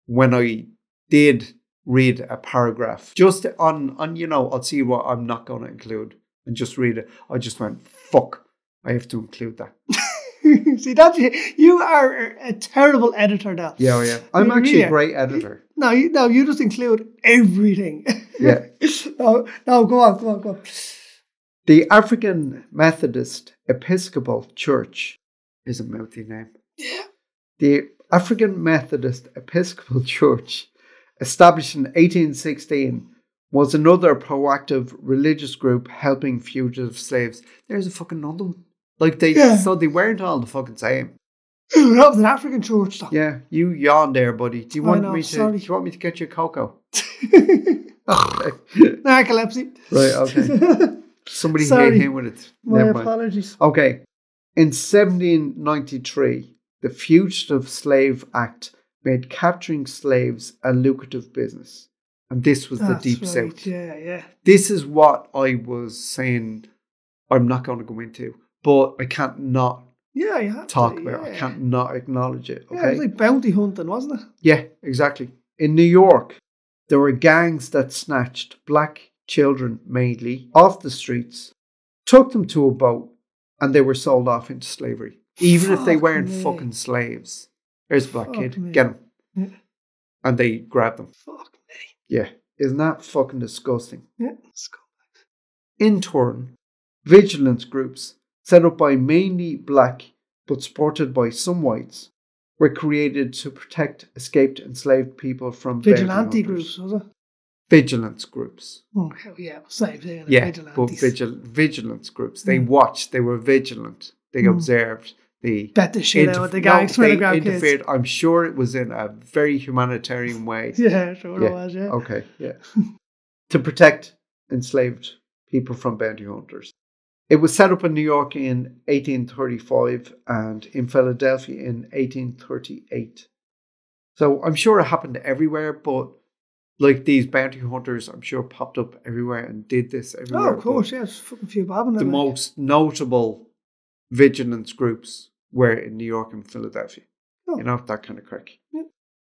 S1: when I did read a paragraph just on, on you know, I'll see what I'm not going to include and just read it, I just went, fuck, I have to include that.
S2: [LAUGHS] See, that's you. You are a terrible editor, Dale.
S1: Yeah, oh, yeah. I'm
S2: You
S1: actually
S2: really
S1: a
S2: are.
S1: great editor.
S2: No, you, no, you just include everything.
S1: Yeah.
S2: [LAUGHS] no, no, go on, go on, [LAUGHS] go on.
S1: The African Methodist Episcopal Church is a mouthy name. The African Methodist Episcopal [LAUGHS] Church, established in 1816, was another proactive religious group helping fugitive slaves. There's a fucking another one. Like they,
S2: Yeah.
S1: so they weren't all the fucking same.
S2: that was an African church, [LAUGHS] though.
S1: Yeah, Oh, you yawn there, buddy. Do you
S2: I
S1: want
S2: know,
S1: me to?
S2: sorry.
S1: Do you want me to get you a [LAUGHS] cocoa?
S2: Narcolepsy.
S1: Right, okay. Somebody
S2: Sorry.
S1: hit him with it.
S2: [LAUGHS] My
S1: Never mind.
S2: apologies.
S1: Okay. In 1793, the Fugitive Slave Act made capturing slaves a lucrative business. And this was the
S2: That's
S1: Deep
S2: right,
S1: South.
S2: Yeah, yeah.
S1: This is what I was saying I'm not going to go into, but I can't not
S2: Yeah, you have
S1: talk
S2: to,
S1: about it. I
S2: yeah.
S1: can't not acknowledge it.
S2: Yeah, it
S1: Okay.
S2: was like bounty hunting, wasn't it?
S1: Yeah, exactly. In New York, there were gangs that snatched black children mainly off the streets, took them to a boat, and they were sold off into slavery, even if they
S2: Fuck
S1: weren't
S2: me.
S1: fucking slaves. There's a black
S2: Fuck
S1: kid,
S2: me. Mm.
S1: get him.
S2: Yeah.
S1: And they grabbed them.
S2: Fuck me.
S1: Yeah. Isn't that fucking disgusting?
S2: Yeah, let's go.
S1: In turn, vigilance groups, set up by mainly black but supported by some whites, were created to protect escaped enslaved people from bounty
S2: Vigilante
S1: hunters.
S2: groups, was it?
S1: Vigilance groups.
S2: Oh, hell yeah, same thing. like
S1: Yeah, but
S2: vigilantes.
S1: vigil- vigilance groups. They
S2: Mm.
S1: watched. They were vigilant. They
S2: Mm.
S1: observed. They
S2: Bet the shit out
S1: interf-
S2: of the
S1: no,
S2: guys trying
S1: they
S2: to grab
S1: interfered. I'm sure it was in a very humanitarian way.
S2: kids. [LAUGHS] Yeah, sure
S1: Yeah.
S2: it was, yeah.
S1: Okay, yeah. [LAUGHS] to protect enslaved people from bounty hunters. It was set up in New York in 1835 and in Philadelphia in 1838. So I'm sure it happened everywhere, but like these bounty hunters, I'm sure popped up everywhere and did this everywhere.
S2: Oh, of course, yeah, it's fucking few bob in
S1: but The
S2: it, like.
S1: most notable vigilance groups were in New York and Philadelphia.
S2: Oh.
S1: You know, that kind of crack.
S2: Yeah.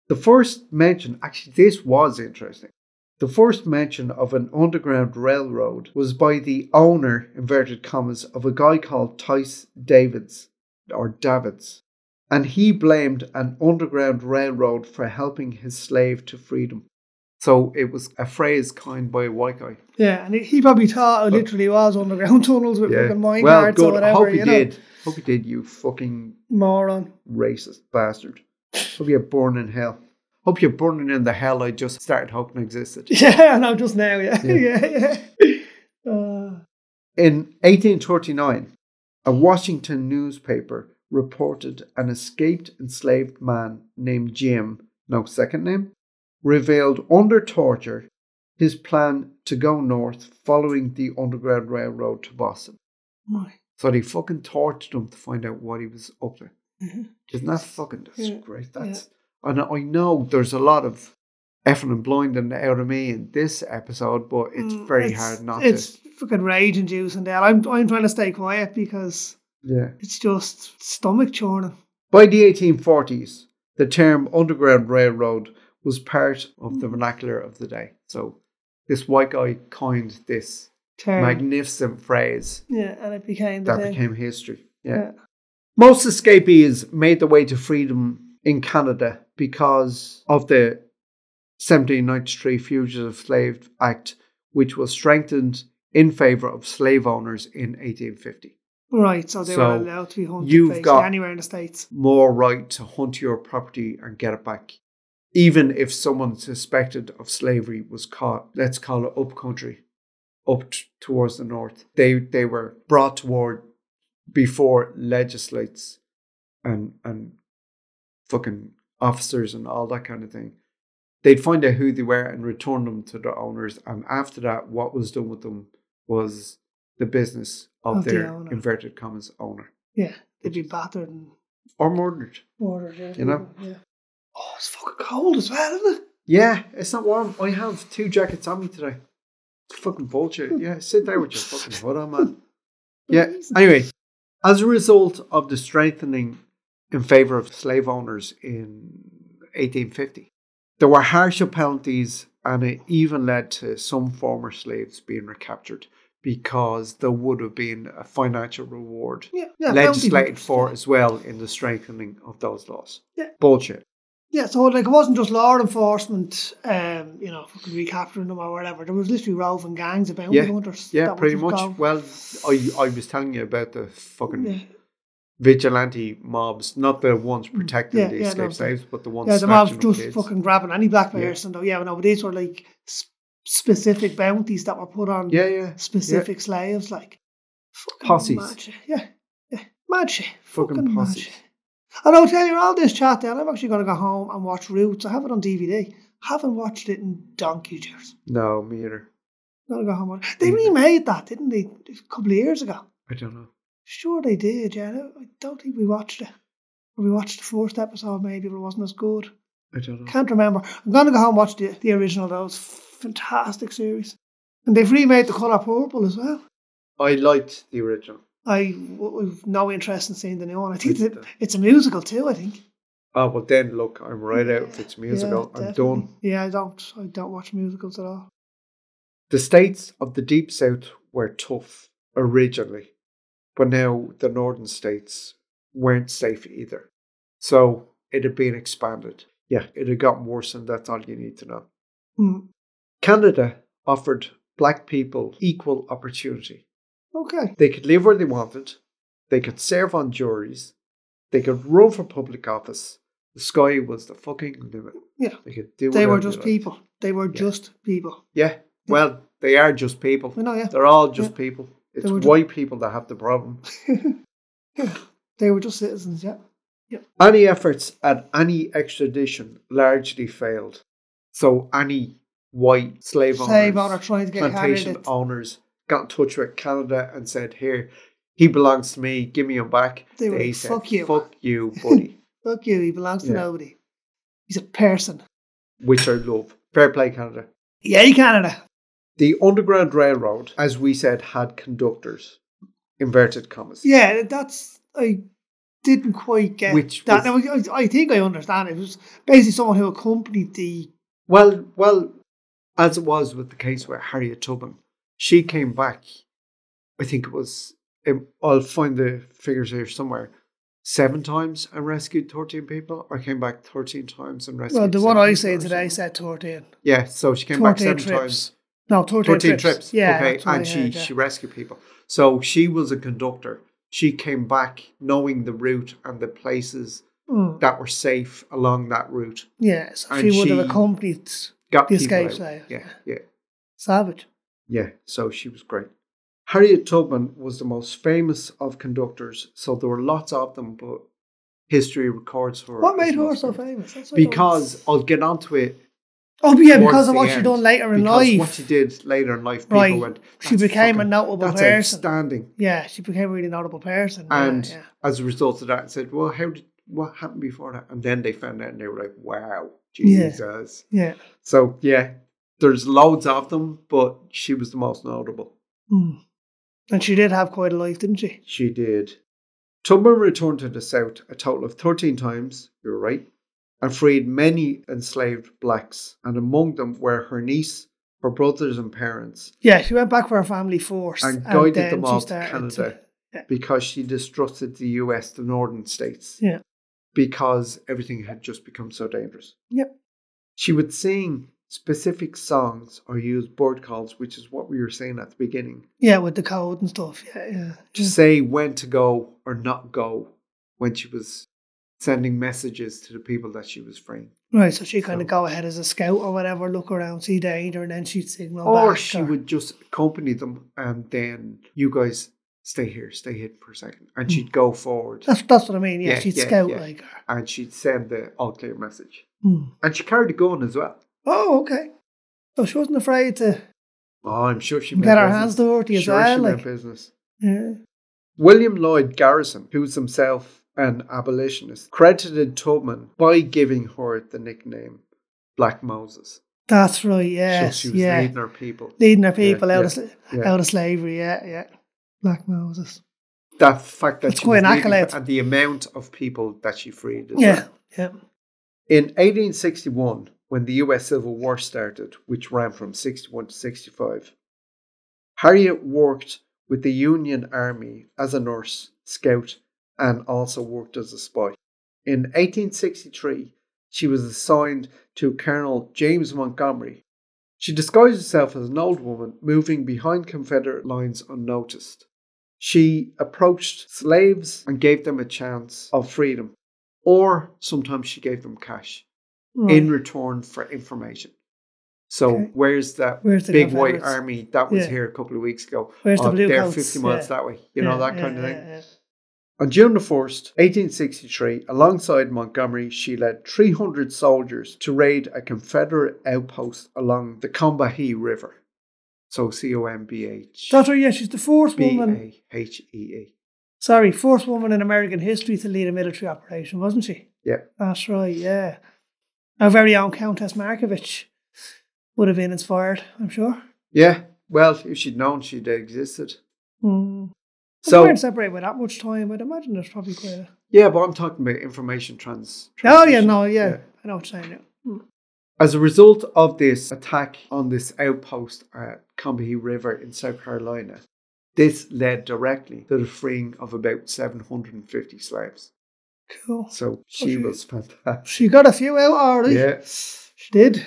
S1: The first mention, actually, this was interesting. The first mention of an underground railroad was by the owner, inverted commas, of a guy called Tice Davids or Davids. And he blamed an underground railroad for helping his slave to freedom. So it was a phrase coined by a white guy.
S2: Yeah, and he- he probably thought it literally was underground [LAUGHS] tunnels with fucking mine
S1: Oh. Well,
S2: carts or
S1: good. I
S2: whatever.
S1: hope he
S2: you know.
S1: did. Hope he did, you fucking
S2: Moron. [LAUGHS]
S1: racist bastard. Hope you're born in hell. Hope you're burning in the hell I just started hoping existed.
S2: Yeah, no, just now. Yeah,
S1: Yeah.
S2: [LAUGHS] yeah, yeah. yeah. Uh,
S1: In 1839, a Washington newspaper reported an escaped enslaved man named Jim, no second name, revealed under torture his plan to go north following the Underground Railroad to Boston.
S2: my.
S1: So they fucking tortured him to find out what he was up to. Isn't that fucking that's
S2: Mm-hmm. Yeah,
S1: great? That's and I know there's a lot of effing and blinding out of me in this episode, but it's
S2: Mm,
S1: very hard not
S2: It's
S1: to.
S2: fucking rage inducing. Dale. I'm I'm trying to stay quiet because
S1: Yeah.
S2: it's just stomach churning.
S1: By the 1840s, the term Underground Railroad was part of
S2: Mm-hmm.
S1: the vernacular of the day. So this white guy coined this
S2: Terrible.
S1: magnificent phrase
S2: yeah, and it became the
S1: that
S2: thing.
S1: became history. Yeah.
S2: Yeah.
S1: Most escapees made their way to freedom in Canada because of the 1793 Fugitive Slave Act, which was strengthened in favour of slave owners in 1850.
S2: Right, so they
S1: So
S2: were allowed to be hunted
S1: you've
S2: basically
S1: got-
S2: anywhere in the states.
S1: More right to hunt your property and get it back, even if someone suspected of slavery was caught, let's call it up country, up t- towards the north. They, they were brought toward before legislates and and fucking officers and all that kind of thing. They'd find out who they were and return them to their owners. And after that, what was done with them was the business of,
S2: Of the
S1: their
S2: owner.
S1: inverted commas owner
S2: Yeah, they'd be battered and
S1: or murdered.
S2: murdered. Yeah,
S1: You know?
S2: Yeah. Oh, it's fucking cold as well, isn't it?
S1: Yeah, it's not warm. I have two jackets on me today. It's fucking
S2: Hmm.
S1: bullshit. Yeah, sit there with your fucking hood on,
S2: [LAUGHS]
S1: man. Yeah. Anyway, as a result of the strengthening in favor of slave owners in 1850, there were harsher penalties, and it even led to some former slaves being recaptured because there would have been a financial reward
S2: Yeah, yeah,
S1: legislated
S2: bounty
S1: for
S2: hunters.
S1: as well in the strengthening of those laws.
S2: Yeah.
S1: Bullshit.
S2: Yeah, so like it wasn't just law enforcement, um, you know, fucking recapturing them or whatever. There was literally roving gangs of bounty
S1: Yeah,
S2: hunters.
S1: Yeah,
S2: that would
S1: pretty
S2: just
S1: much.
S2: go-
S1: Well, I I was telling you about the fucking
S2: yeah. Mm.
S1: vigilante mobs, not the ones protecting
S2: Yeah,
S1: the
S2: yeah, no,
S1: escaped
S2: the-
S1: slaves, but the ones
S2: yeah, the mobs
S1: snatching up
S2: just
S1: kids.
S2: fucking grabbing any black
S1: Yeah.
S2: person though. Yeah, no, but these were like s- specific bounties that were put on
S1: Yeah, yeah.
S2: specific slaves, like fucking
S1: Posses.
S2: mad shit. Yeah, yeah, mad shit.
S1: Fucking
S2: Fucking, mad
S1: posses.
S2: shit. And I'll tell you all this chat. Then I'm actually going to go home and watch Roots. I have it on DVD. Haven't watched it in donkey years.
S1: No, me either.
S2: Gotta go home. and- They
S1: Mm.
S2: remade that, didn't they? A couple of years ago.
S1: I don't know.
S2: Sure, they did. Yeah, I don't- I don't think we watched it. Or we watched the first episode, maybe, but it wasn't as good.
S1: I don't know.
S2: Can't remember. I'm gonna go home and watch the, the original. That was fantastic series. And they've remade the color purple as well.
S1: I liked the original.
S2: I w- have no interest in seeing the new one. I think
S1: Right,
S2: it's a,
S1: then.
S2: it's a musical too. I think
S1: Oh well, then look, I'm right out if it's musical.
S2: Yeah,
S1: I'm
S2: definitely.
S1: done.
S2: Yeah, I don't. I don't watch musicals at all.
S1: The states of the deep south were tough originally, but now the northern states weren't safe either. So it had been expanded. Yeah, it had gotten worse, and that's all you need to know.
S2: Hmm.
S1: Canada offered black people equal opportunity.
S2: Okay.
S1: They could live where they wanted, they could serve on juries, they could run for public office. The sky was the fucking limit.
S2: Yeah.
S1: They could do
S2: They were
S1: whatever
S2: just
S1: liked.
S2: people. They were
S1: Yeah.
S2: just people.
S1: Yeah. Well, they are just people.
S2: I know. Yeah. [LAUGHS]
S1: They're all just people. It's
S2: They were just-
S1: white people that have the problem.
S2: They were just citizens, yeah.
S1: Any efforts at any extradition largely failed. So any white slave,
S2: Slave
S1: owners-
S2: owner trying to get
S1: plantation
S2: Canada.
S1: owners got in touch with Canada and said, "Here, he belongs to me. Give me him back."
S2: They were like, "Fuck you."
S1: fuck you,
S2: [LAUGHS]
S1: buddy,"
S2: Fuck you, he belongs to
S1: Yeah.
S2: nobody. He's a person.
S1: which I love. Fair play, Canada.
S2: Yay, Canada.
S1: The Underground Railroad, as we said, had conductors, inverted commas.
S2: Yeah, that's I didn't quite get
S1: Which
S2: that. Now, I, I think I understand. It was basically someone who accompanied the
S1: Well, well, as it was with the case with Harriet Tubman, she came back. I think it was. um, I'll find the figures here somewhere. Seven times and rescued thirteen people, or came back thirteen times and rescued.
S2: well, the one
S1: 17
S2: I seen
S1: or
S2: today
S1: something.
S2: said thirteen.
S1: Yeah, so she came back seven
S2: Thirteen
S1: times.
S2: trips. No, thirteen,
S1: 14 trips.
S2: Yeah,
S1: okay,
S2: that's what I
S1: and she,
S2: heard, yeah.
S1: she rescued people. So she was a conductor. She came back knowing the route and the places
S2: Mm.
S1: that were safe along that route.
S2: Yeah, so
S1: And
S2: she would have
S1: she-
S2: accompanied
S1: Got
S2: The
S1: people
S2: escape
S1: out.
S2: slave,
S1: Yeah,
S2: yeah.
S1: yeah,
S2: Savage.
S1: yeah. So she was great. Harriet Tubman was the most famous of conductors, so there were lots of them, but history records her.
S2: What
S1: as
S2: made her
S1: most
S2: so
S1: famous.
S2: famous? That's what I don't-
S1: Because I'll get onto it.
S2: oh yeah,
S1: towards
S2: because of
S1: the
S2: what she
S1: end,
S2: done later in
S1: because
S2: life.
S1: What she did later in life, people
S2: Right.
S1: went.
S2: She
S1: "That's
S2: became a
S1: fucking-
S2: notable
S1: that's
S2: person."
S1: outstanding.
S2: yeah, she became a really notable person. yeah,
S1: And
S2: yeah.
S1: as a result of that, said, "Well, how did what happened before that?" And then they found out, and they were like, "Wow,
S2: Yeah.
S1: Jesus!"
S2: yeah.
S1: So yeah, there's loads of them, but she was the most notable.
S2: Mm. And she did have quite a life, didn't she?
S1: She did. Tubman returned to the South a total of 13 times, you're right, and freed many enslaved blacks, and among them were her niece, her brothers, and parents,
S2: Yeah, she went back for her family first,
S1: and guided
S2: then
S1: them
S2: she
S1: all to
S2: started
S1: Canada
S2: to- yeah.
S1: because she distrusted the US, the northern states,
S2: yeah,
S1: because everything had just become so dangerous.
S2: yep,
S1: She would sing specific songs or use bird calls, which is what we were saying at the beginning.
S2: yeah, with the code and stuff. Yeah, yeah,
S1: to say when to go or not go when she was sending messages to the people that she was freeing.
S2: right. So she kind
S1: So-
S2: of go ahead as a scout or whatever, look around, see danger, and then she'd signal
S1: Or
S2: back.
S1: she would just accompany them and then you guys stay here, stay hidden for a second.
S2: Hmm.
S1: And she'd go forward
S2: [LAUGHS] That's that's what I mean. Yeah,
S1: Yeah,
S2: she'd
S1: yeah,
S2: scout
S1: yeah.
S2: like. Her.
S1: and she'd send the all clear message.
S2: Hmm.
S1: And she carried a gun as well.
S2: Oh, okay. So she wasn't afraid to
S1: Oh, I'm sure she
S2: get
S1: meant
S2: her
S1: business.
S2: hands dirty as
S1: sure
S2: well.
S1: she meant
S2: Like,
S1: business.
S2: yeah.
S1: William Lloyd Garrison, who was himself an abolitionist, credited Tubman by giving her the nickname Black Moses.
S2: That's right.
S1: So
S2: Yes.
S1: she was
S2: yeah.
S1: leading her people.
S2: Leading her people
S1: Yeah,
S2: out
S1: yeah,
S2: of sla-
S1: yeah.
S2: out of slavery. Yeah, yeah. Black Moses.
S1: That fact that
S2: It's
S1: she
S2: quite
S1: was
S2: an
S1: leading-
S2: accolade.
S1: and the amount of people that she freed. As
S2: Yeah,
S1: well.
S2: yeah.
S1: In 1861, when the U.S. Civil War started, which ran from 61 to 65, Harriet worked with the Union Army as a nurse, scout, and also worked as a spy. In 1863, she was assigned to Colonel James Montgomery. She disguised herself as an old woman, moving behind Confederate lines unnoticed. She approached slaves and gave them a chance of freedom, or sometimes she gave them cash
S2: Right.
S1: in return for information. So
S2: Okay.
S1: where's that
S2: Where's the
S1: big white
S2: Confederates?
S1: army that was
S2: Yeah.
S1: here a couple of weeks ago?
S2: Where's the
S1: Oh,
S2: blue
S1: they're
S2: coats?
S1: 50 miles
S2: Yeah.
S1: that way, you know,
S2: Yeah,
S1: that
S2: yeah,
S1: kind of thing.
S2: yeah, yeah.
S1: On June the 1st, 1863, alongside Montgomery, she led 300 soldiers to raid a Confederate outpost along the Combahee River. So C O M B H
S2: That's right. Yeah, she's the fourth
S1: B
S2: woman.
S1: A H E E.
S2: Sorry, fourth woman in American history to lead a military operation, wasn't she?
S1: Yeah.
S2: That's right. Yeah. Our very own Countess Markovich would have been inspired. I'm sure.
S1: Yeah. Well, if she'd known she'd existed.
S2: Mm. So
S1: So,
S2: weren't separated by that much time. I'd imagine there's probably quite a.
S1: yeah, but I'm talking about information trans.
S2: Oh yeah,
S1: transmission.
S2: no, yeah. I know what you're saying. now.
S1: As a result of this attack on this outpost at Combahee River in South Carolina, this led directly to the freeing of about 750 slaves.
S2: Cool.
S1: So she
S2: Okay.
S1: was fantastic.
S2: She got a few out already.
S1: Yeah.
S2: She did.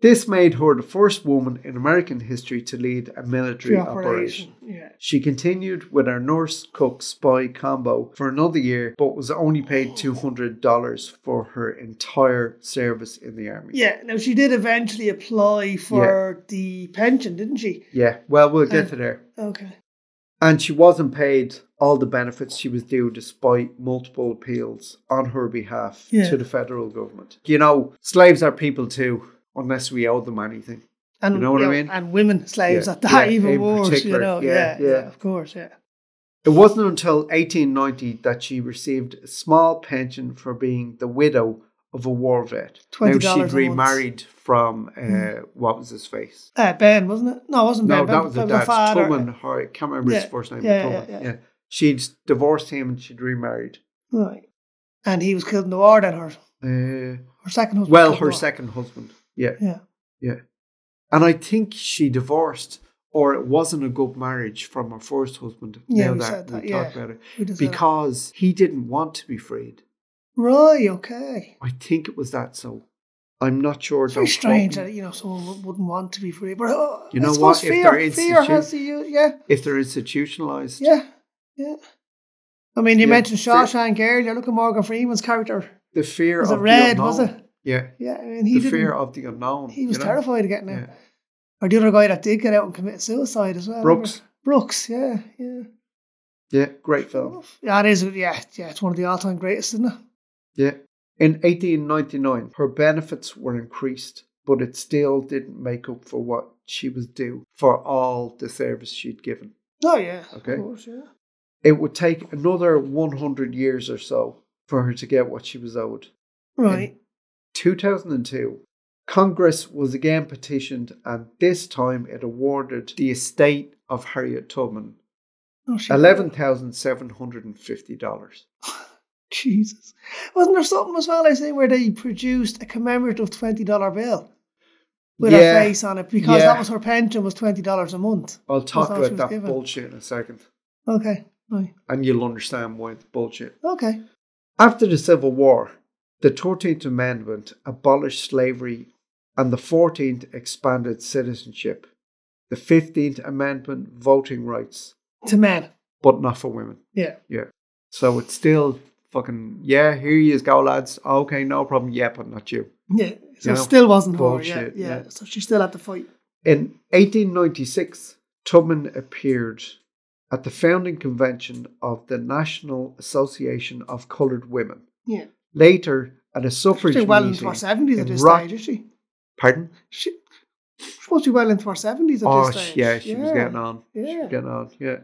S1: This made her the first woman in American history to lead a military
S2: Three
S1: operation.
S2: operation. Yeah.
S1: She continued with her nurse cook spy combo for another year, but was only paid $200 for her entire service in the army.
S2: Yeah. Now she did eventually apply for the pension, didn't she?
S1: Yeah, well, we'll
S2: Um,
S1: get to there.
S2: Okay.
S1: And she wasn't paid all the benefits she was due despite multiple appeals on her behalf
S2: Yeah.
S1: to the federal government. You know, slaves are people too, unless we owe them anything.
S2: And
S1: You know what I mean?
S2: And women slaves
S1: Yeah,
S2: at that
S1: yeah,
S2: even
S1: in
S2: worse. You
S1: particular,
S2: know.
S1: yeah,
S2: Yeah, yeah.
S1: yeah.
S2: Of course. Yeah.
S1: It wasn't until 1890 that she received a small pension for being the widow of a war vet. Now
S2: $20 a
S1: she'd
S2: month. Hmm.
S1: remarried from uh, what was his face?
S2: Uh, ben wasn't it? No, it wasn't
S1: No,
S2: Ben.
S1: that
S2: ben
S1: was
S2: ben
S1: her dad.
S2: father. uh,
S1: Tubman. Her, I can't remember his
S2: Yeah,
S1: first name.
S2: yeah,
S1: but
S2: yeah,
S1: Tubman.
S2: yeah.
S1: yeah. She'd divorced him and she'd remarried.
S2: Right. And he was killed in the war. Then her
S1: Uh,
S2: her second husband.
S1: Well,
S2: killed in
S1: her
S2: the war.
S1: second husband. Yeah.
S2: Yeah.
S1: Yeah. And I think she divorced or it wasn't a good marriage from her first husband.
S2: Yeah,
S1: now
S2: we
S1: that
S2: said that,
S1: we talk
S2: yeah.
S1: about it.
S2: Who does that?
S1: Because he didn't want to be freed.
S2: Right. Okay.
S1: I think it was that so. I'm not sure
S2: It's very
S1: don't quote
S2: strange eh?
S1: me.
S2: that you know someone w- wouldn't want to be free, but uh,
S1: You
S2: I
S1: know
S2: suppose
S1: what? If
S2: Fear,
S1: they're
S2: fear has to, u- yeah,
S1: If they're institutionalized.
S2: yeah, yeah. I mean, you
S1: Yeah.
S2: mentioned Shawshank earlier. Look at Morgan Freeman's character.
S1: The fear
S2: Was it
S1: of the
S2: Red?
S1: unknown.
S2: Was it?
S1: Yeah.
S2: Yeah, I mean, he
S1: The
S2: didn't.
S1: fear of the unknown.
S2: He was eh?
S1: you know?
S2: terrified of getting out.
S1: Yeah.
S2: Or the other guy that did get out and commit suicide as well. remember?
S1: Brooks.
S2: Brooks, yeah, yeah.
S1: Yeah, great film.
S2: Yeah, it is. Yeah, yeah, it's one of the all time greatest, isn't it?
S1: Yeah. In 1899, her benefits were increased, but it still didn't make up for what she was due for all the service she'd given.
S2: Oh, yeah.
S1: Okay.
S2: Of course, yeah.
S1: It would take another 100 years or so for her to get what she was owed.
S2: Right.
S1: 2002, Congress was again petitioned, and this time it awarded the estate of Harriet Tubman
S2: Oh, shit.
S1: $11,750.
S2: Jesus. Wasn't there something as well, I say, where they produced a commemorative $20 bill with her face on it because
S1: yeah.
S2: that was her pension was $20 a month.
S1: I'll talk
S2: what she
S1: about
S2: was
S1: that
S2: given.
S1: bullshit in a second,
S2: Okay. Right.
S1: and you'll understand why it's bullshit.
S2: Okay.
S1: After the Civil War, the 13th Amendment abolished slavery and the 14th expanded citizenship. The 15th Amendment, voting rights,
S2: To men.
S1: but not for women.
S2: Yeah.
S1: Yeah. So it's still fucking, yeah, here you go, lads. Okay, no problem. Yeah, but not you.
S2: Yeah. So
S1: Yeah.
S2: it still wasn't her. Yeah,
S1: Bullshit,
S2: yeah.
S1: yeah.
S2: So she still had to fight.
S1: In 1896, Tubman appeared at the founding convention of the National Association of Coloured Women.
S2: Yeah.
S1: Later, at a suffrage
S2: She's well into
S1: meeting,
S2: her 70s at
S1: in
S2: this
S1: Rock-
S2: stage, is she?
S1: pardon?
S2: She, she must be well into her 70s at
S1: Oh,
S2: this stage.
S1: she- yeah, she was getting on. She
S2: Yeah.
S1: was getting on, yeah.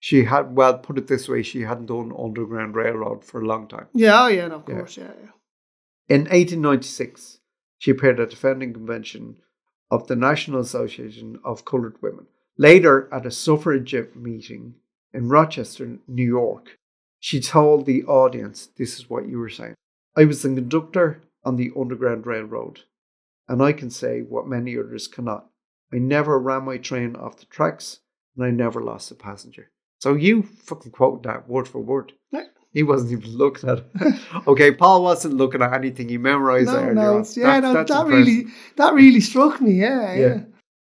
S1: She had, well, put it this way, she hadn't done Underground Railroad for a long time.
S2: Yeah, oh, yeah, no, of
S1: Yeah.
S2: course, yeah. yeah.
S1: In 1896, she appeared at the founding convention of the National Association of Coloured Women. Later, at a suffragette meeting in Rochester, New York, she told the audience, This is what you were saying. I was the conductor on the Underground Railroad, and I can say what many others cannot. I never ran my train off the tracks, and I never lost a passenger. So you fucking quote that word for word.
S2: Yeah.
S1: He wasn't even looking at it. [LAUGHS] okay, Paul wasn't looking at anything he memorized
S2: No,
S1: earlier
S2: no,
S1: on.
S2: it's- yeah,
S1: That's-
S2: no,
S1: that's
S2: that
S1: impressive.
S2: really, that really struck me. Yeah, yeah.
S1: Yeah.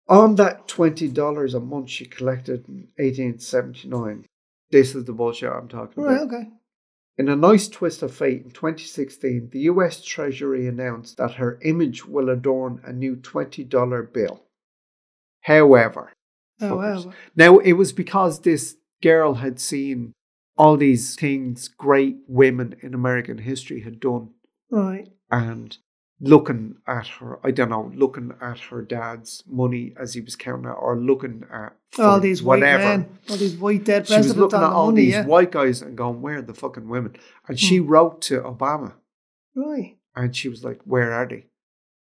S1: On that twenty dollars a month she collected in eighteen seventy nine. This is the bullshit I'm talking
S2: Right,
S1: about.
S2: okay.
S1: In a nice twist of fate, in 2016, the US Treasury announced that her image will adorn a new $20 bill. However,
S2: Oh,
S1: Fuckers.
S2: wow.
S1: now it was because this girl had seen all these things great women in American history had done
S2: Right.
S1: and looking at her, I don't know, looking at her dad's money as he was counting it or looking at
S2: All
S1: fucking
S2: these white men, all these white dead
S1: she was
S2: presidents
S1: looking
S2: on
S1: at
S2: the
S1: all
S2: money,
S1: these
S2: yeah. Hmm.
S1: white guys and going, Where are the fucking women? And she wrote to Obama
S2: Right.
S1: and she was like, Where are they?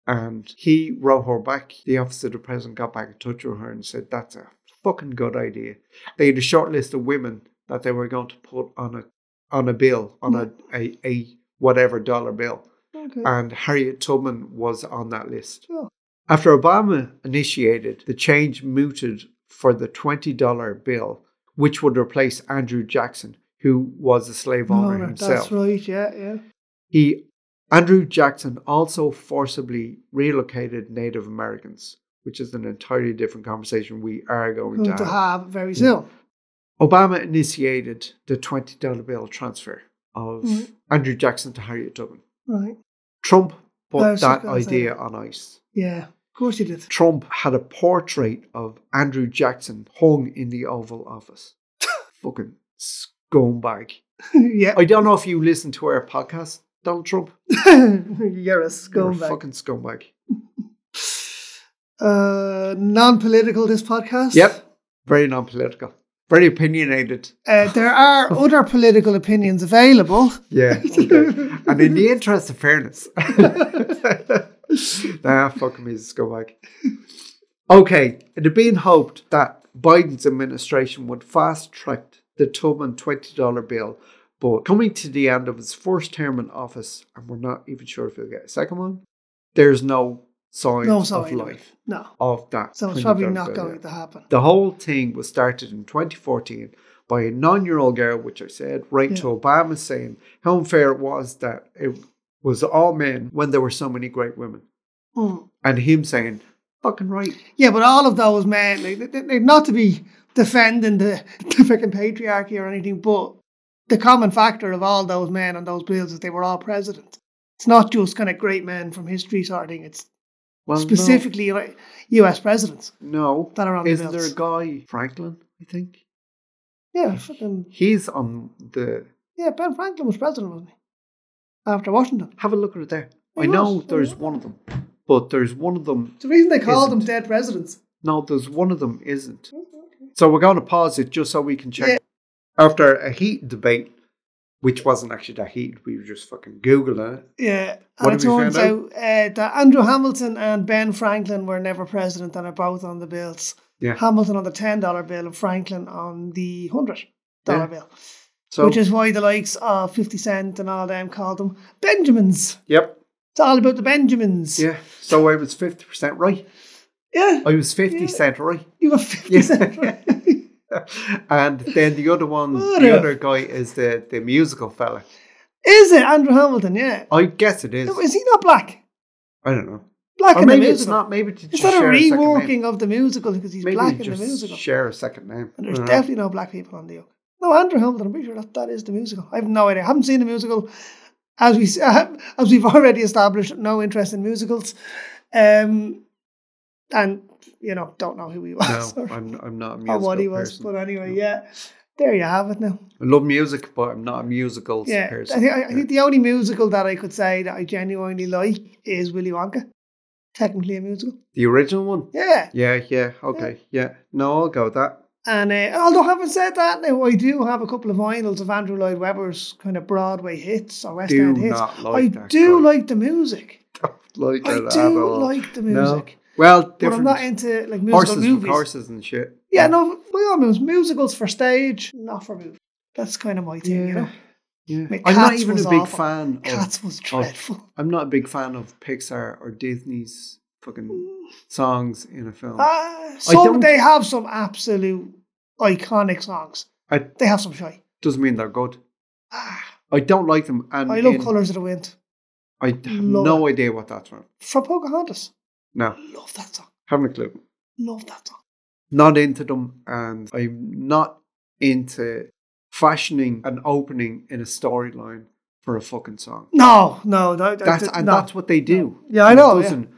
S1: And he wrote her back. The office of the president got back in touch with her and said, That's a fucking good idea. They had a short list of women that they were going to put on a on a bill, on
S2: Hmm.
S1: a, a, a whatever dollar bill.
S2: Okay.
S1: And Harriet Tubman was on that list.
S2: Oh.
S1: After Obama initiated the change mooted for the $20 bill, which would replace Andrew Jackson, who was a slave owner
S2: No, no,
S1: himself.
S2: That's right, yeah, yeah.
S1: He Andrew Jackson also forcibly relocated Native Americans, which is an entirely different conversation we are going
S2: Going
S1: to
S2: to
S1: have.
S2: have very soon.
S1: Obama initiated the $20 bill transfer of
S2: Right.
S1: Andrew Jackson to Harriet Tubman.
S2: Right.
S1: Trump put
S2: I was just
S1: that
S2: gonna say
S1: idea
S2: that.
S1: on ice.
S2: Yeah. Of course you did. [LAUGHS]
S1: Trump had a portrait of Andrew Jackson hung in the Oval Office. Fucking scumbag.
S2: yeah.
S1: I don't know if you listen to our podcast, Donald Trump.
S2: [LAUGHS] You're a
S1: You're a
S2: scumbag.
S1: fucking scumbag.
S2: Uh, non political, this podcast.
S1: Yep. Very non political. Very opinionated.
S2: Uh,
S1: [LAUGHS]
S2: there are other political opinions available. [LAUGHS]
S1: Yeah. and in the interest of fairness. [LAUGHS] nah, fuck me, it's a scumbag. Okay. It had been hoped that Biden's administration would fast track the Tubman $20 bill, but coming to the end of his first term in office, and we're not even sure if he'll get a second one, there's no sign
S2: No,
S1: of
S2: sorry.
S1: life
S2: No.
S1: of that.
S2: So it's probably
S1: $20
S2: not
S1: bill
S2: going
S1: yet.
S2: to happen.
S1: The whole thing was started in 2014 by a nine year old girl, which I said, right to Obama, saying how unfair it was that it was all men when there were so many great women.
S2: Mm.
S1: And him saying, fucking right.
S2: Yeah, but all of those [LAUGHS] men, like, they- they- not to be defending the, the fucking patriarchy or anything, but the common factor of all those men on those bills is they were all presidents. It's not just kind of great men from history sort of thing. It's
S1: Well, no.
S2: specifically like, U.S. presidents
S1: No.
S2: that are on
S1: Is
S2: the
S1: there a
S2: bills.
S1: guy, Franklin, I think?
S2: yeah, fucking,
S1: He's on the.
S2: yeah. Ben Franklin was president, wasn't he? After Washington,
S1: Have a look at it there.
S2: He
S1: I know
S2: was,
S1: there's
S2: yeah.
S1: one of them, but there's one of them.
S2: the reason they called them
S1: Isn't.
S2: dead presidents.
S1: No, there's one of them isn't. So we're going to pause it just so we can check.
S2: Yeah.
S1: After a heat debate, which wasn't actually that heat, we were just fucking Googling it.
S2: Yeah,
S1: What
S2: and it
S1: have we
S2: turns
S1: found
S2: out, uh, that Andrew Hamilton and Ben Franklin were never president and are both on the bills.
S1: Yeah.
S2: Hamilton on the ten dollar bill and Franklin on the hundred dollar
S1: Yeah.
S2: bill,
S1: So,
S2: which is why the likes of Fifty Cent and all them called them Benjamins.
S1: yep.
S2: It's all about the Benjamins.
S1: Yeah. So I was 50% right.
S2: yeah
S1: I was 50
S2: Yeah.
S1: cent right. [LAUGHS]
S2: you were Fifty
S1: Yeah.
S2: Cent. right?
S1: And then the other one,
S2: What
S1: the
S2: a-
S1: other guy is the, the musical fella.
S2: is it Andrew Hamilton? Yeah,
S1: I guess it is.
S2: is he not black?
S1: I don't know.
S2: Black
S1: Or
S2: in the
S1: maybe it's
S2: musical.
S1: not. Maybe to
S2: Is
S1: just
S2: that a
S1: share a second name.
S2: reworking of the musical because he's
S1: Maybe
S2: black in
S1: just
S2: the musical?
S1: share a second name.
S2: And
S1: I
S2: there's [LAUGHS]
S1: don't know.
S2: definitely no black people on the yoke. No, Andrew Hamilton. I'm pretty sure that that is the musical. I have no idea. I haven't seen the musical. As we [LAUGHS] s- as we've already established, no interest in musicals, um, and you know don't know who he [LAUGHS] was
S1: No,
S2: or,
S1: I'm, I'm not a
S2: or
S1: musical
S2: what he was.
S1: person.
S2: But anyway, yeah, there you have it now.
S1: I love music, but I'm not a musical
S2: Yeah,
S1: person.
S2: I think I, I think the only musical that I could say that I genuinely like is Willy Wonka. Technically a musical.
S1: the original one.
S2: Yeah.
S1: Yeah, yeah, okay, yeah. No, I'll go with that.
S2: And uh, although having said that, now I do have a couple of vinyls of Andrew Lloyd Webber's kind of Broadway hits or West
S1: Do
S2: End hits.
S1: not like
S2: I
S1: that
S2: do
S1: guy.
S2: like the music.
S1: Like
S2: I
S1: that at
S2: do
S1: all.
S2: like the
S1: No.
S2: music,
S1: Well,
S2: but I'm
S1: different
S2: not into like musical
S1: horses with
S2: movies.
S1: horses and shit.
S2: Yeah, no, by all means, musicals for stage, not for movies. That's kind of my thing, you know. [LAUGHS]
S1: yeah.
S2: mean,
S1: I'm not
S2: Cats
S1: even a
S2: was
S1: big
S2: awful.
S1: fan. Of,
S2: Cats was
S1: oh.
S2: dreadful.
S1: I'm not a big fan of Pixar or Disney's fucking songs in a film.
S2: Ah, some
S1: Mm. don't-
S2: they have some absolute iconic songs.
S1: I-
S2: they have some shy.
S1: Doesn't mean they're good.
S2: Ah,
S1: I don't like them, and
S2: I love
S1: in-
S2: Colors of the Wind
S1: I have
S2: Love
S1: no idea what that's from.
S2: from Pocahontas.
S1: No,
S2: Love that song.
S1: haven't a clue.
S2: Love that song.
S1: Not into them, and I'm not into fashioning an opening in a storyline for a fucking song.
S2: No, no, no
S1: That's
S2: no.
S1: and that's what they do.
S2: Yeah, I
S1: And it
S2: know, yeah.
S1: doesn't-